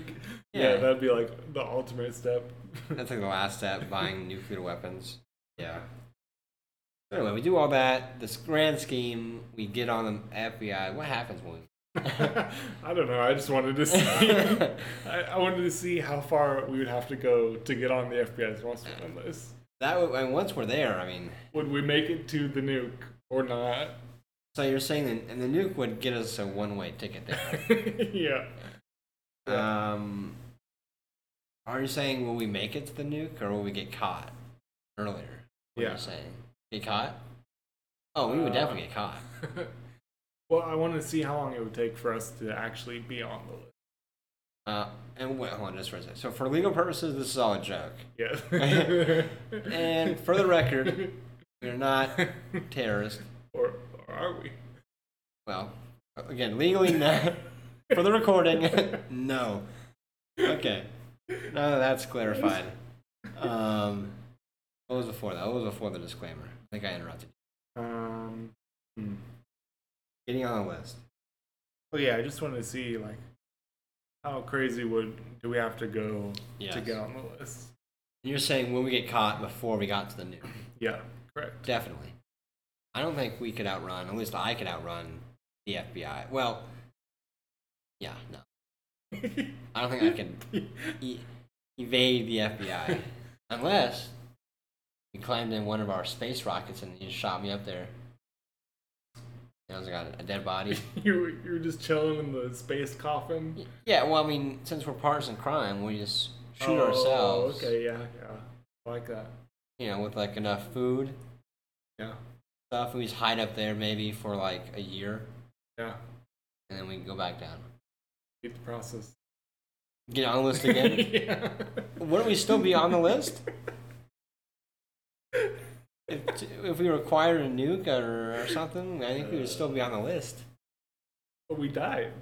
yeah
Yeah.
that'd be like the ultimate step
That's like the last step, buying nuclear weapons. Yeah. So anyway, we do all that. This grand scheme, we get on the FBI. What happens when
I don't know. I just wanted to see. I, I wanted to see how far we would have to go to get on the FBI's most wanted list.
that? would- And once we're there, I mean,
Would we make it to the nuke or not?
so you're saying, that, and the nuke would get us a one-way ticket there.
yeah.
um, are you saying will we make it to the nuke, or will we get caught earlier? What are
Yeah.
you saying? Get caught? Oh, we would
Uh,
definitely get caught.
well, I wanted to see how long it would take for us to actually be on the
Uh, and wait, hold on just for a second. So for legal purposes, this is all a joke.
list. Yeah.
And for the record, we're not terrorists.
or, or are we?
Well, again, legally, no. for the recording, no. Okay. Now that that's clarified. Um, what was before that? What was before the disclaimer? I think I interrupted.
Um. hmm.
Getting on the list.
Well, yeah. I just wanted to see like how crazy would do we have to go
Yes.
to get on the list?
You're saying when we get caught before we got to the new.
Yeah, correct.
Definitely. I don't think we could outrun, at least I could outrun the FBI. Well, yeah, no. I don't think I can e- evade the FBI. Unless you climbed in one of our space rockets and you shot me up there. And I was got a dead body.
you were- you were just chilling in the space coffin.
Y- Yeah, well, I mean, since we're partisan crime, we just shoot
Oh,
ourselves.
Okay, yeah, yeah, I like that.
You know, with like enough food
Yeah,
stuff, we just hide up there maybe for like a year,
yeah.
and then we can go back down.
Beat the process.
Get on the list again.
yeah.
Wouldn't we still be on the list? if if we required a nuke or, or something, I think we would still be on the list.
But we died.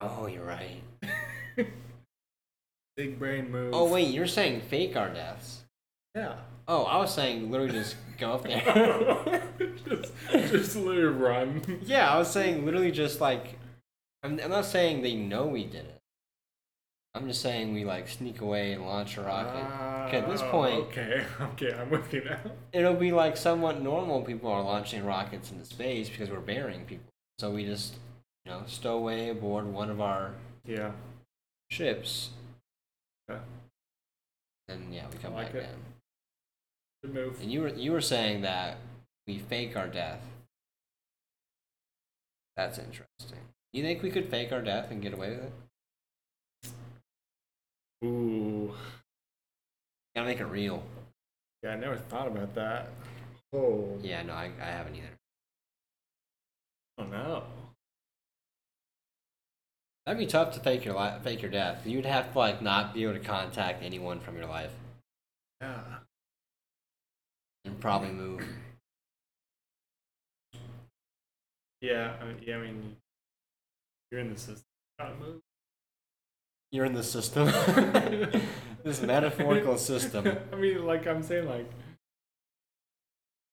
Oh, you're right.
Big brain move.
Oh wait, you're saying fake our deaths.
Yeah.
Oh, I was saying literally just go up there.
just, just literally run.
yeah, I was saying literally just like I'm, I'm not saying they know we did it. I'm just saying we like sneak away and launch a rocket. 'Kay, at this
Ah,
point,
Okay, okay, I'm with you now.
it'll be like somewhat normal. People are launching rockets into space because we're burying people. So we just, you know, stow away aboard one of our
Yeah.
ships.
Yeah.
And yeah, we come
Like
back
it.
down.
Good move.
And you were you were saying that we fake our death. That's interesting. You think we could fake our death and get away with it?
Ooh.
Gotta make it real.
Yeah, I never thought about that. Oh,
Yeah, no, I, I haven't either.
oh no.
That'd be tough to fake your li- fake your death. You'd have to like not be able to contact anyone from your life
Yeah.
and probably move.
Yeah, I mean, yeah, I mean you're in the system. Gotta move.
You're in the system. this metaphorical system.
I mean, like I'm saying, like,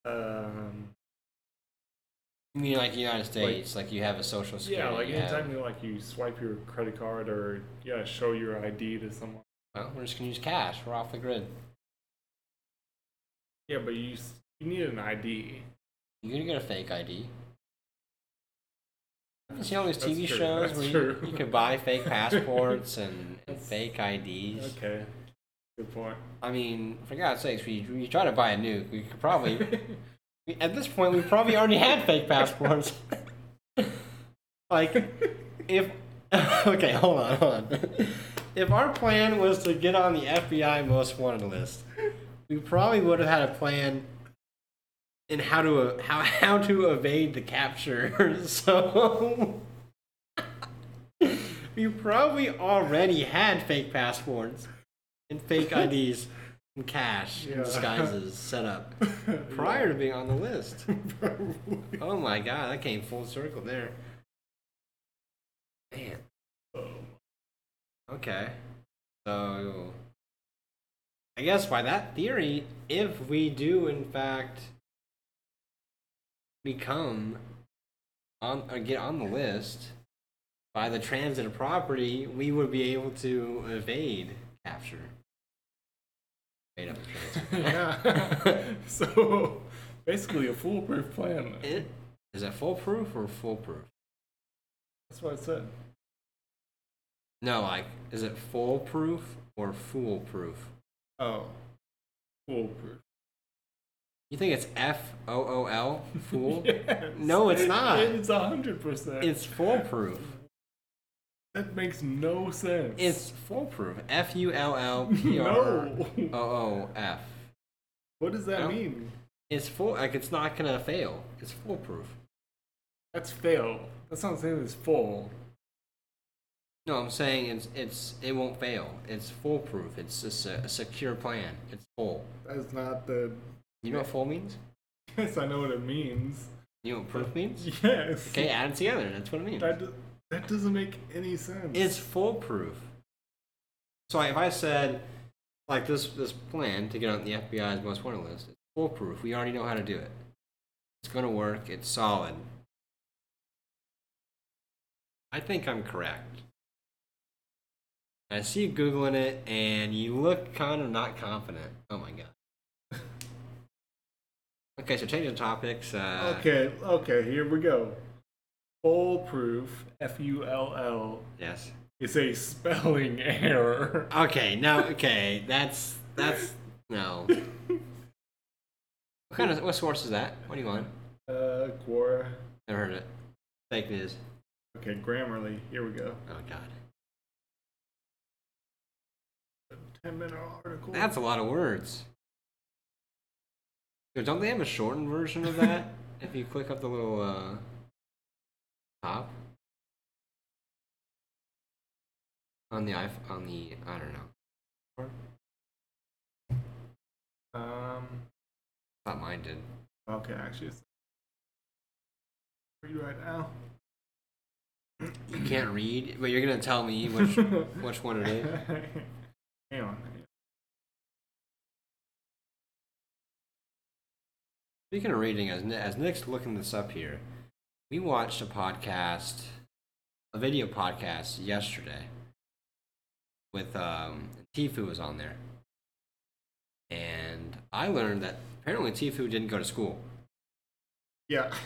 um,
You mean like the United States, like, you have a social security.
yeah, like
you have-
anytime you like you swipe your credit card or you gotta show your ID to someone.
Well, we're just gonna use cash. We're off the grid.
Yeah, but you s- you need an ID.
You're gonna get a fake ID. You see all these
That's
TV
true,
shows
that's
where you,
true.
you could buy fake passports and, and fake IDs.
Okay, good point.
I mean, for God's sakes, we, we try to buy a nuke. We could probably, we- at this point, we probably already had fake passports. like, if okay, hold on, hold on. If our plan was to get on the FBI most wanted list, we probably would have had a plan in how to uh, how how to evade the capture. So we probably already had fake passports and fake IDs and cash
Yeah.
and disguises set up prior to being on the list.
Probably.
Oh my god, that came full circle there. Man. Okay. So I guess by that theory, if we do in fact become on or get on the list by the transit property, we would be able to evade capture. Evade up
yeah. so basically, a foolproof plan.
It is that foolproof or foolproof?
That's what I said.
No, like, is it foolproof or foolproof?
Oh, foolproof.
You think it's F O O L? Fool?
Yes.
No, it's not.
It's a hundred percent.
It's foolproof.
That makes no sense.
It's foolproof. F U L L P R
no.
O O F.
What does that
No.
mean?
It's fool. Like, it's not gonna fail. It's foolproof.
That's fail. That's not the same as full.
No, I'm saying it's it's it won't fail. It's foolproof. It's just a, a secure plan. It's full.
That's not the.
You know what full means?
Yes, I know what it means.
You know what proof means?
Yes.
Okay, add it together. That's what it means.
That do- that doesn't make any sense.
It's foolproof. So like, if I said, like this this plan to get on the FBI's most wanted list, it's foolproof. We already know how to do it. It's gonna work. It's solid. I think I'm correct. I see you googling it, and you look kind of not confident. Oh my god. okay, so changing topics. Uh,
okay. Okay. Here we go. Foolproof. F U L L.
Yes.
It's a spelling error.
Okay, no, okay, that's that's no. What kind of what source is that? What do you want?
Uh, Quora.
Never heard it. Fake news.
Okay, Grammarly. Here we go.
Oh god,
Ten minute article.
that's a lot of words. Yo, Don't they have a shortened version of that? if you click up the little uh, top on the iPhone, on the I don't know.
um.
minded.
Okay, actually, it's read right now.
You can't read, but you're gonna tell me which which one it is.
Hang on.
Speaking of reading, as Ni- as Nick's looking this up here, we watched a podcast, a video podcast yesterday, with um, Tifu was on there, and I learned that apparently Tifu didn't go to school.
Yeah,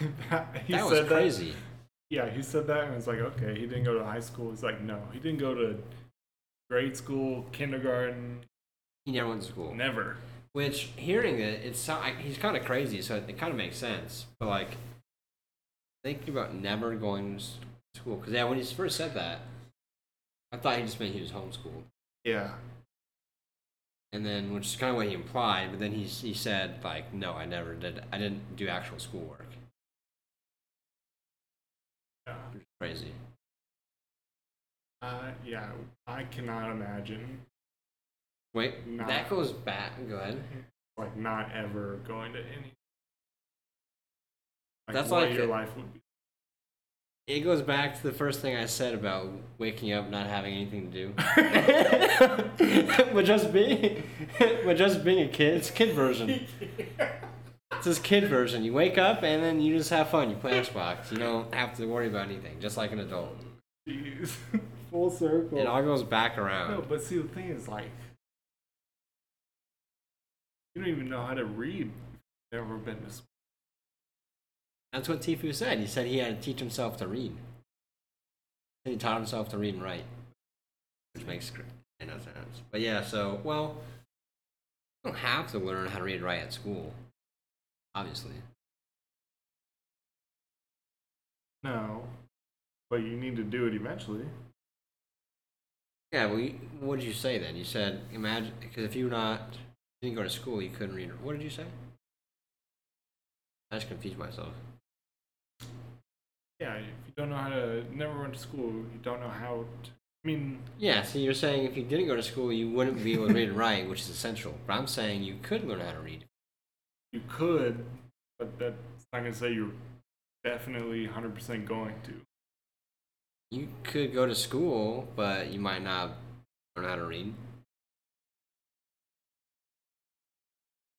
he
that was
said that.
crazy.
Yeah, he said that, and it's like, okay, he didn't go to high school. He's like, no, he didn't go to grade school, kindergarten,
He never went to school.
never.
Which, hearing it, it's so- I- he's kind of crazy, so it, kind of makes sense. But like, thinking about never going to s- school because yeah, when he first said that, I thought he just meant he was homeschooled,
Yeah,
and then which is kind of what he implied. But then he s- he said like, no, I never did. I didn't do actual schoolwork.
yeah.
Which is Crazy.
Uh, yeah, I cannot imagine
Wait,
Nah.
that goes back. Go ahead.
like not ever going to any. Like,
That's
what
like
your
it-
life would be.
It goes back to the first thing I said about waking up not having anything to do. but just being, but just being a kid, it's kid version. It's this kid version. You wake up and then you just have fun. You play Xbox. You don't have to worry about anything, just like an adult.
Jeez. Full circle.
It all goes back
No,
around.
but see, the thing is, like, you don't even know how to read. Never been to school.
That's what Tifu said. He said he had to teach himself to read. And he taught himself to read and write, which makes gr- no sense. But yeah, so well, you don't have to learn how to read and write at school, obviously.
No, but you need to do it eventually.
Yeah, well, you, what did you say then? You said imagine because if you were not didn't go to school, you couldn't read. What did you say? I just confused myself.
Yeah, if you don't know how to, never went to school, you don't know how to. I mean,
Yeah, so you're saying if you didn't go to school, you wouldn't be able to read and write, which is essential. But I'm saying you could learn how to read.
you could, but that's not going to say you're definitely 100% going to.
You could go to school, but you might not learn how to read.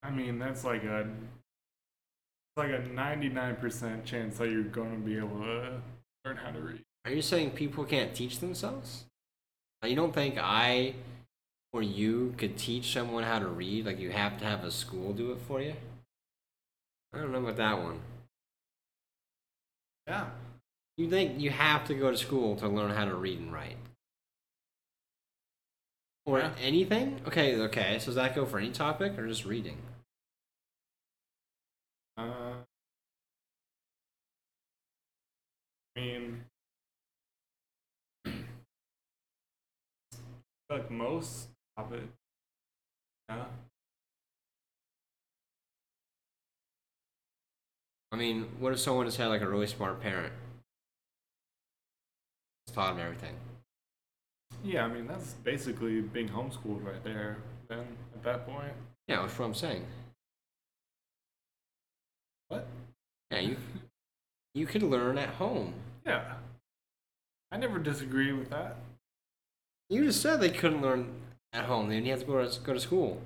I mean, that's like a it's like a 99% chance that you're going to be able to learn how to read.
Are you saying people can't teach themselves? Like, You don't think I or you could teach someone how to read? Like you have to have a school do it for you? I don't know about that one.
Yeah.
You think you have to go to school to learn how to read and write? Or
Yeah.
anything? Okay, okay. So does that go for any topic or just reading?
Uh, I mean, like most of it. Yeah.
I mean, what if someone has had like a really smart parent? Taught them everything.
Yeah, I mean, that's basically being homeschooled right there, then, at that point.
Yeah, that's what I'm saying.
What?
Yeah, you you could learn at home.
Yeah. I never disagree with that.
You just said they couldn't learn at home. They didn't have to go to go to school.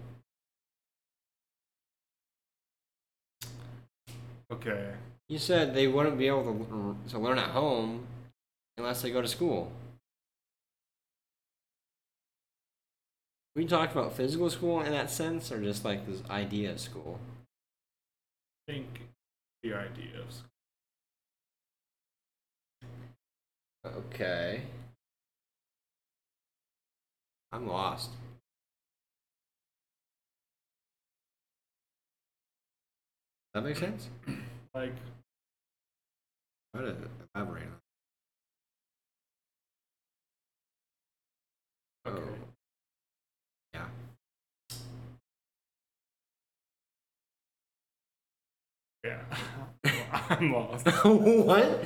Okay.
You said they wouldn't be able to to learn at home unless they go to school. We talked about physical school in that sense, or just like this idea of school.
think the idea of school.
Okay. I'm lost. That makes sense.
Like,
Try to elaborate.
okay.
Yeah.
Yeah. I'm lost.
what?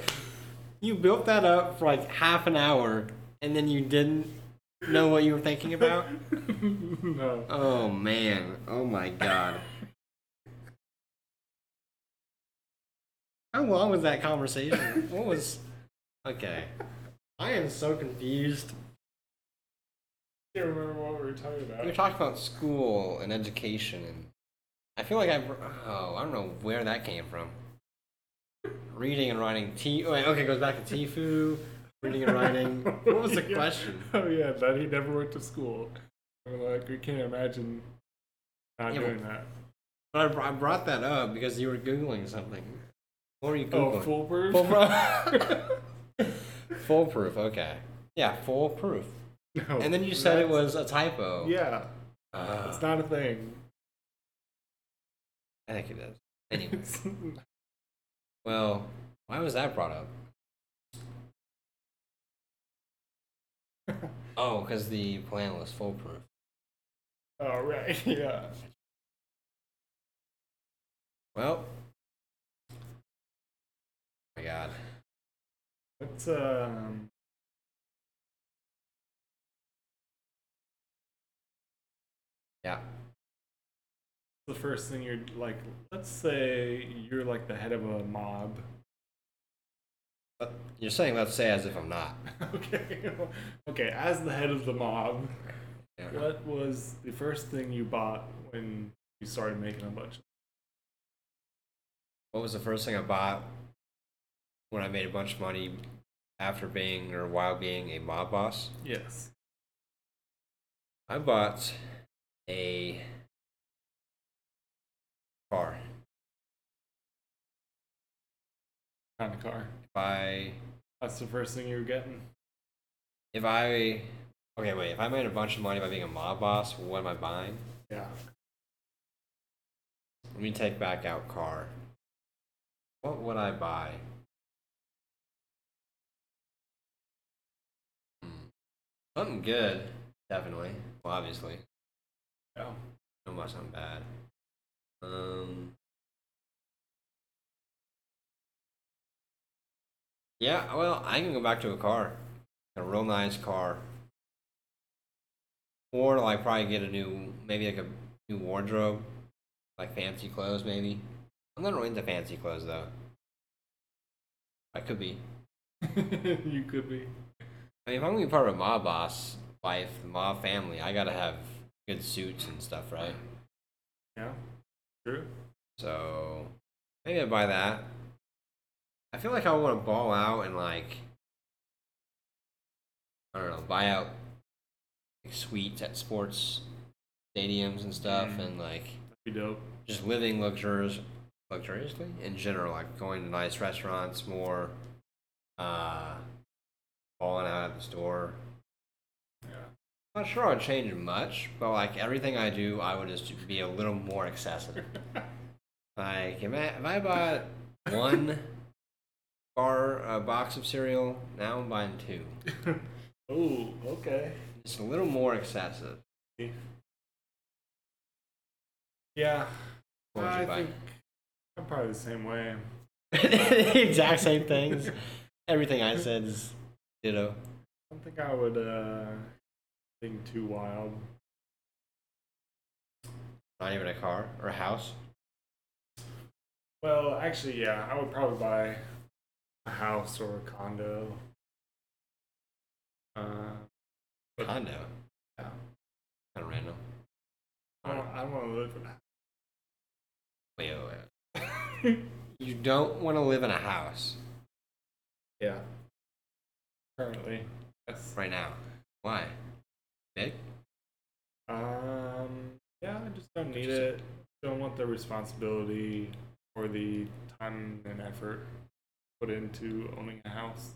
You built that up for like half an hour, and then you didn't know what you were thinking about.
no.
Oh man! Oh my god! How long was that conversation? What was? Okay, I am so confused.
can't remember what we were talking about.
We were talking about school and education, and I feel like I've oh I don't know where that came from. Reading and writing T. oh, Wait, okay, it goes back to Tifu. Reading and writing. What was the
Yeah.
question?
Oh yeah, that he never went to school. I'm like, we can't imagine not
Yeah, but-
doing that.
But I, br- I brought that up because you were googling something. What were you
Oh,
googling?
foolproof.
Foolproof. foolproof. Okay. Yeah, foolproof.
No,
And then you said it
that's-
was a typo.
Yeah,
Ah,
it's not a thing.
I think it is. Anyway, well, why was that brought up? Oh, because the plan was foolproof.
All right. Yeah.
Well, my God,
What's um.
yeah.
the first thing you're like let's say you're like the head of a mob
But You're saying let's say as if I'm not.
okay okay as the head of the mob
Yeah.
what was the first thing you bought when you started making a bunch
What was the first thing I bought when I made a bunch of money after being or while being a mob boss?
yes
I bought a car.
kind of car
If I
that's the first thing you were getting
if I okay wait if I made a bunch of money by being a mob boss, what am I buying?
yeah
Let me take back out car. What would I buy? Hmm. Something good, definitely. Well, obviously.
yeah
So much I'm bad. Um. Yeah, well, I can go back to a car, a real nice car, or like probably get a new, maybe like a new wardrobe, like fancy clothes, maybe. I'm not really into fancy clothes though. I could be.
you could be
I mean, if I'm gonna be part of a mob boss life, the mob family, I gotta have good suits and stuff, right?
yeah true
So maybe I buy that. I feel like I want to ball out and like I don't know, buy out like suites at sports stadiums and stuff,
Mm.
and like
that'd be dope
just living luxurious, luxuriously in general, like going to nice restaurants more, uh, balling out at the store.
yeah
Not sure I'd change much, but like everything I do, I would just be a little more excessive. Like, if I, if I bought one bar uh, box of cereal, now I'm buying two.
oh okay
It's a little more excessive.
yeah
What would
i
you buy?
think i'm probably the same way
the exact same things. Everything I said is ditto.
I don't think I would uh think too wild.
Not even a car or a house.
Well, actually, yeah, I would probably buy a house or a condo. Uh, But-
Condo.
Yeah.
Kind of random.
I don't, I don't want to live in a
Wait, wait, wait. you don't want to live in a house
yeah. Currently, yes.
right now. Why? Big?
Um, yeah, I just don't need it.
Interesting.
Don't want the responsibility or the time and effort put into owning a house.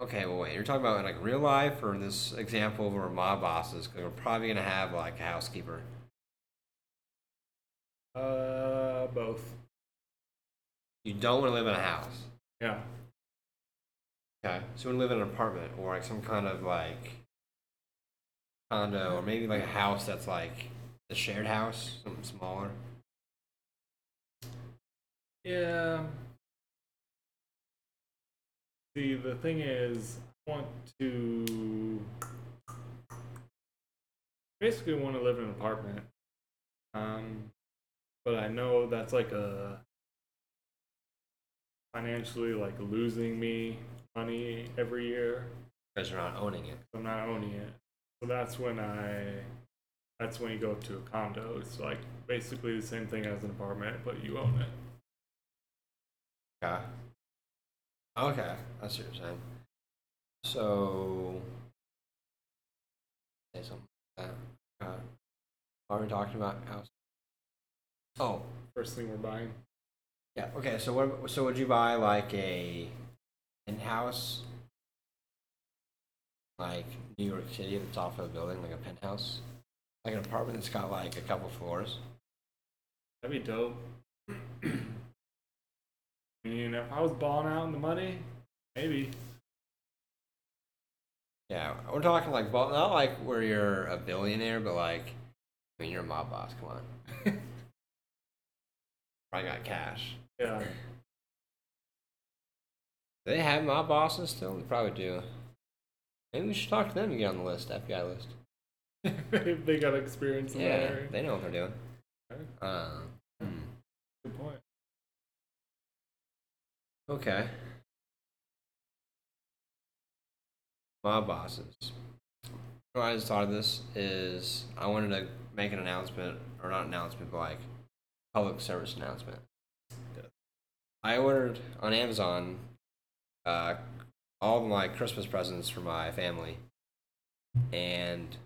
Okay, well, wait. You're talking about in like real life or this example where mob bosses? Because we're probably gonna have like a housekeeper.
Uh, both.
You don't want to live in a house.
Yeah.
Okay. So you want to live in an apartment or like some kind of like condo or maybe like a house that's like a shared house, something smaller.
Yeah. See, the thing is, I want to basically want to live in an apartment. Um, but I know that's like a financially like losing me money every year.
because you're not owning it.
I'm not owning it. So that's when I that's when you go to a condo. It's like basically the same thing as an apartment, but you own it.
Okay. Okay, I see what you're saying. So, say something like that. Uh, are we talking about house? Oh,
First thing we're buying.
yeah. Okay. So what? So would you buy like a penthouse, like New York City, that's off of a building, like a penthouse, like an apartment that's got like a couple floors?
That'd be dope. I mean, if I was balling out in the money, maybe.
Yeah, we're talking like well, not like where you're a billionaire, but like I mean you're a mob boss. Come on, probably got cash.
Yeah.
Do they have mob bosses still? They probably do. Maybe we should talk to them and get on the list, FBI list.
if they got experience in
yeah,
that area.
they know what they're doing.
Okay.
Um,
Good point.
okay. Mob bosses. What I just thought of this is I wanted to make an announcement, or not announcement, but like public service announcement. I ordered on Amazon uh, all of my Christmas presents for my family, and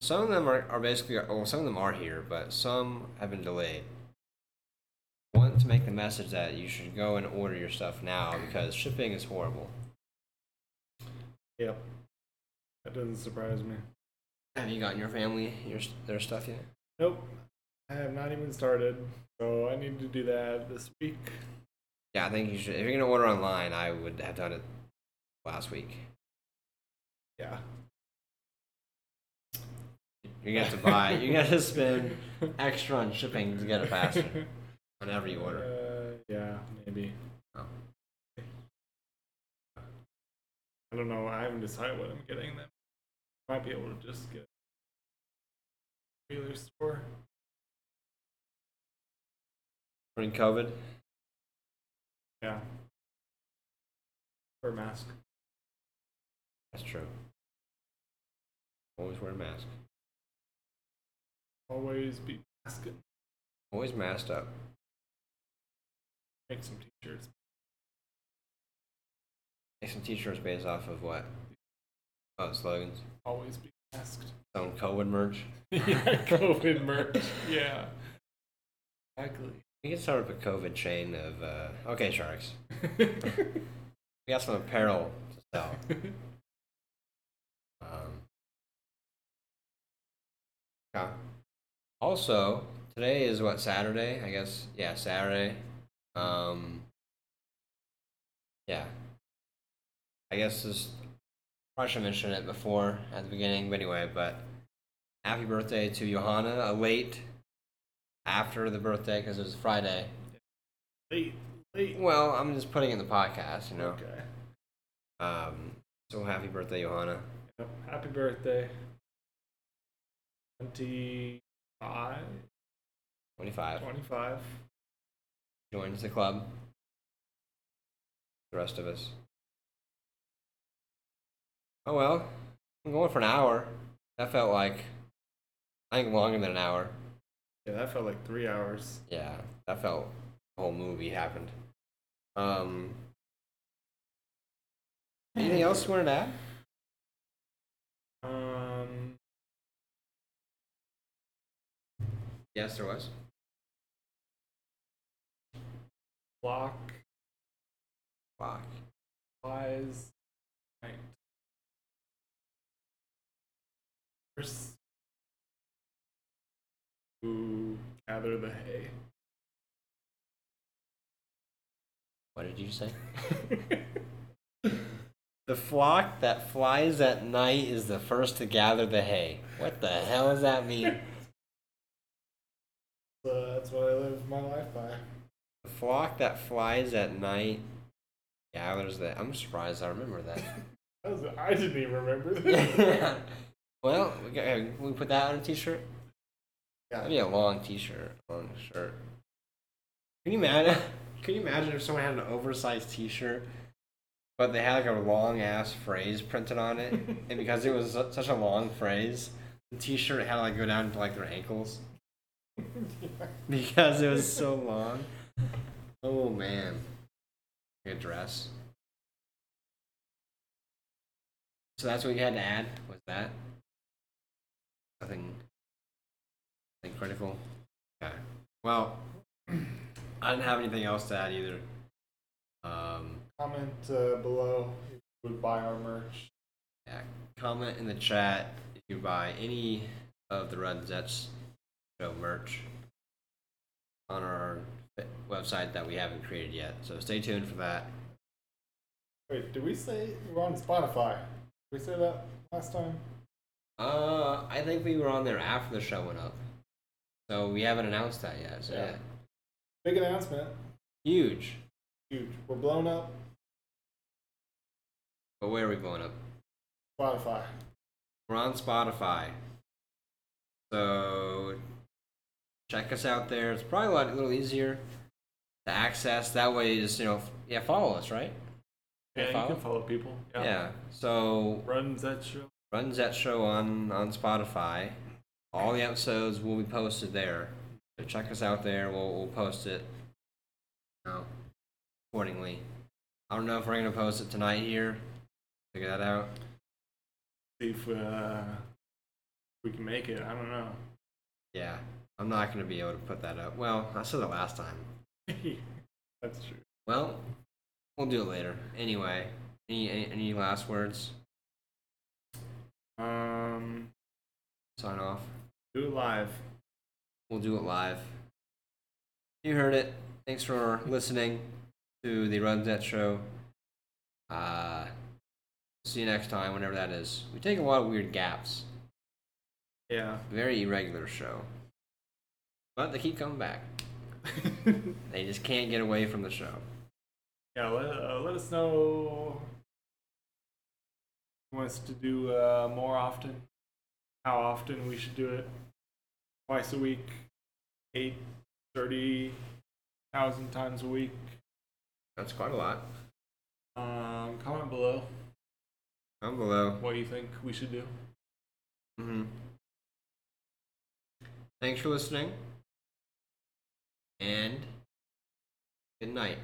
some of them are, are basically well, some of them are here, but some have been delayed. I want to make the message that you should go and order your stuff now because shipping is horrible.
Yep. That doesn't surprise me.
Have you gotten your family your s- their stuff yet?
Nope. I have not even started. So I need to do that this week.
Yeah, I think you should. If you're gonna order online, I would have done it last week.
Yeah.
You got to buy. you got to spend extra on shipping to get it faster whenever you order.
Uh, yeah, maybe.
Oh.
I don't know. I haven't decided what I'm getting them. Might be able to just get regular store.
During COVID,
Yeah. Or mask.
that's true. Always wear a mask.
Always be masking.
Always masked up.
Make some t-shirts.
Make some t-shirts based off of what? Oh, slogans.
Always be masked.
Some COVID merch.
yeah, COVID merch. Yeah. Exactly.
We can start up a COVID chain of. Uh, okay, sharks. We got some apparel to sell. Um, yeah. Also, today is what Saturday, I guess. Yeah, Saturday. Um, yeah. I guess this. Probably should mention it before at the beginning, but anyway. But happy birthday to Johanna. A late after the birthday because it was Friday.
late, late.
Well, I'm just putting it in the podcast, you know.
Okay.
Um, so happy birthday, Johanna.
Yep. Happy birthday. 25?
25.
25.
Joins the club. The rest of us. Oh well. I'm going for an hour. That felt like, I think longer than an hour.
Yeah, that felt like three hours.
Yeah, that felt the whole movie happened. Um, anything else you wanted to add?
Um,
Yes, there was.
block
Fuck.
wise. Right. First, who gather the hay.
What did you say? The flock that flies at night is the first to gather the hay. What the hell does that mean?
so that's what I live my life by.
The flock that flies at night gathers the. I'm surprised I remember that.
That was, I didn't even remember this.
well, we, got, uh, we put that on a t-shirt.
Yeah.
That'd be a long t-shirt, long shirt. Can you imagine? Can you imagine if someone had an oversized T-shirt, but they had like a long ass phrase printed on it, and because it was su- such a long phrase, the T-shirt had to like go down to like their ankles because it was so long. Oh man, like a dress. So that's what you had to add. Was that nothing? Nothing critical. Okay. Well, I didn't have anything else to add either. Um,
Comment uh, below if you would buy our merch.
comment in the chat if you buy any of the Red Zets show merch on our website that we haven't created yet. So stay tuned for that.
Wait, did we say we're on Spotify? Did we say that last time?
Uh, I think we were on there after the show went up, so we haven't announced that yet. So yeah,
Yeah. Big announcement.
huge.
Huge. We're blown up.
But where are we going up?
Spotify.
We're on Spotify. So check us out there. It's probably a lot a little easier to access. That way is, you know, f- yeah, follow us, right?
Yeah,
Follow?
you can follow people.
Yeah. So
Runs that show.
runs that show on on Spotify. All the episodes will be posted there. So check us out there. We'll we'll post it you know, accordingly. I don't know if we're gonna post it tonight here. Figure that out.
See if uh, we can make it. I don't know.
Yeah. I'm not gonna be able to put that up. Well, I said that last time.
That's true.
Well, we'll do it later. Anyway, any any, any last words?
Um,
Sign off.
do it live.
We'll do it live. You heard it. Thanks for listening to the Run That Show. Uh, see you next time, whenever that is. We take a lot of weird gaps.
Yeah.
Very irregular show. But they keep coming back.
yeah.
They just can't get away from the show.
Let, uh, let us know. who Wants to do uh, more often? How often we should do it? Twice a week, eight thirty thousand times a week.
That's quite a lot.
Um, comment below
Down below.
what you think we should do.
Mm-hmm. Thanks for listening. And good night.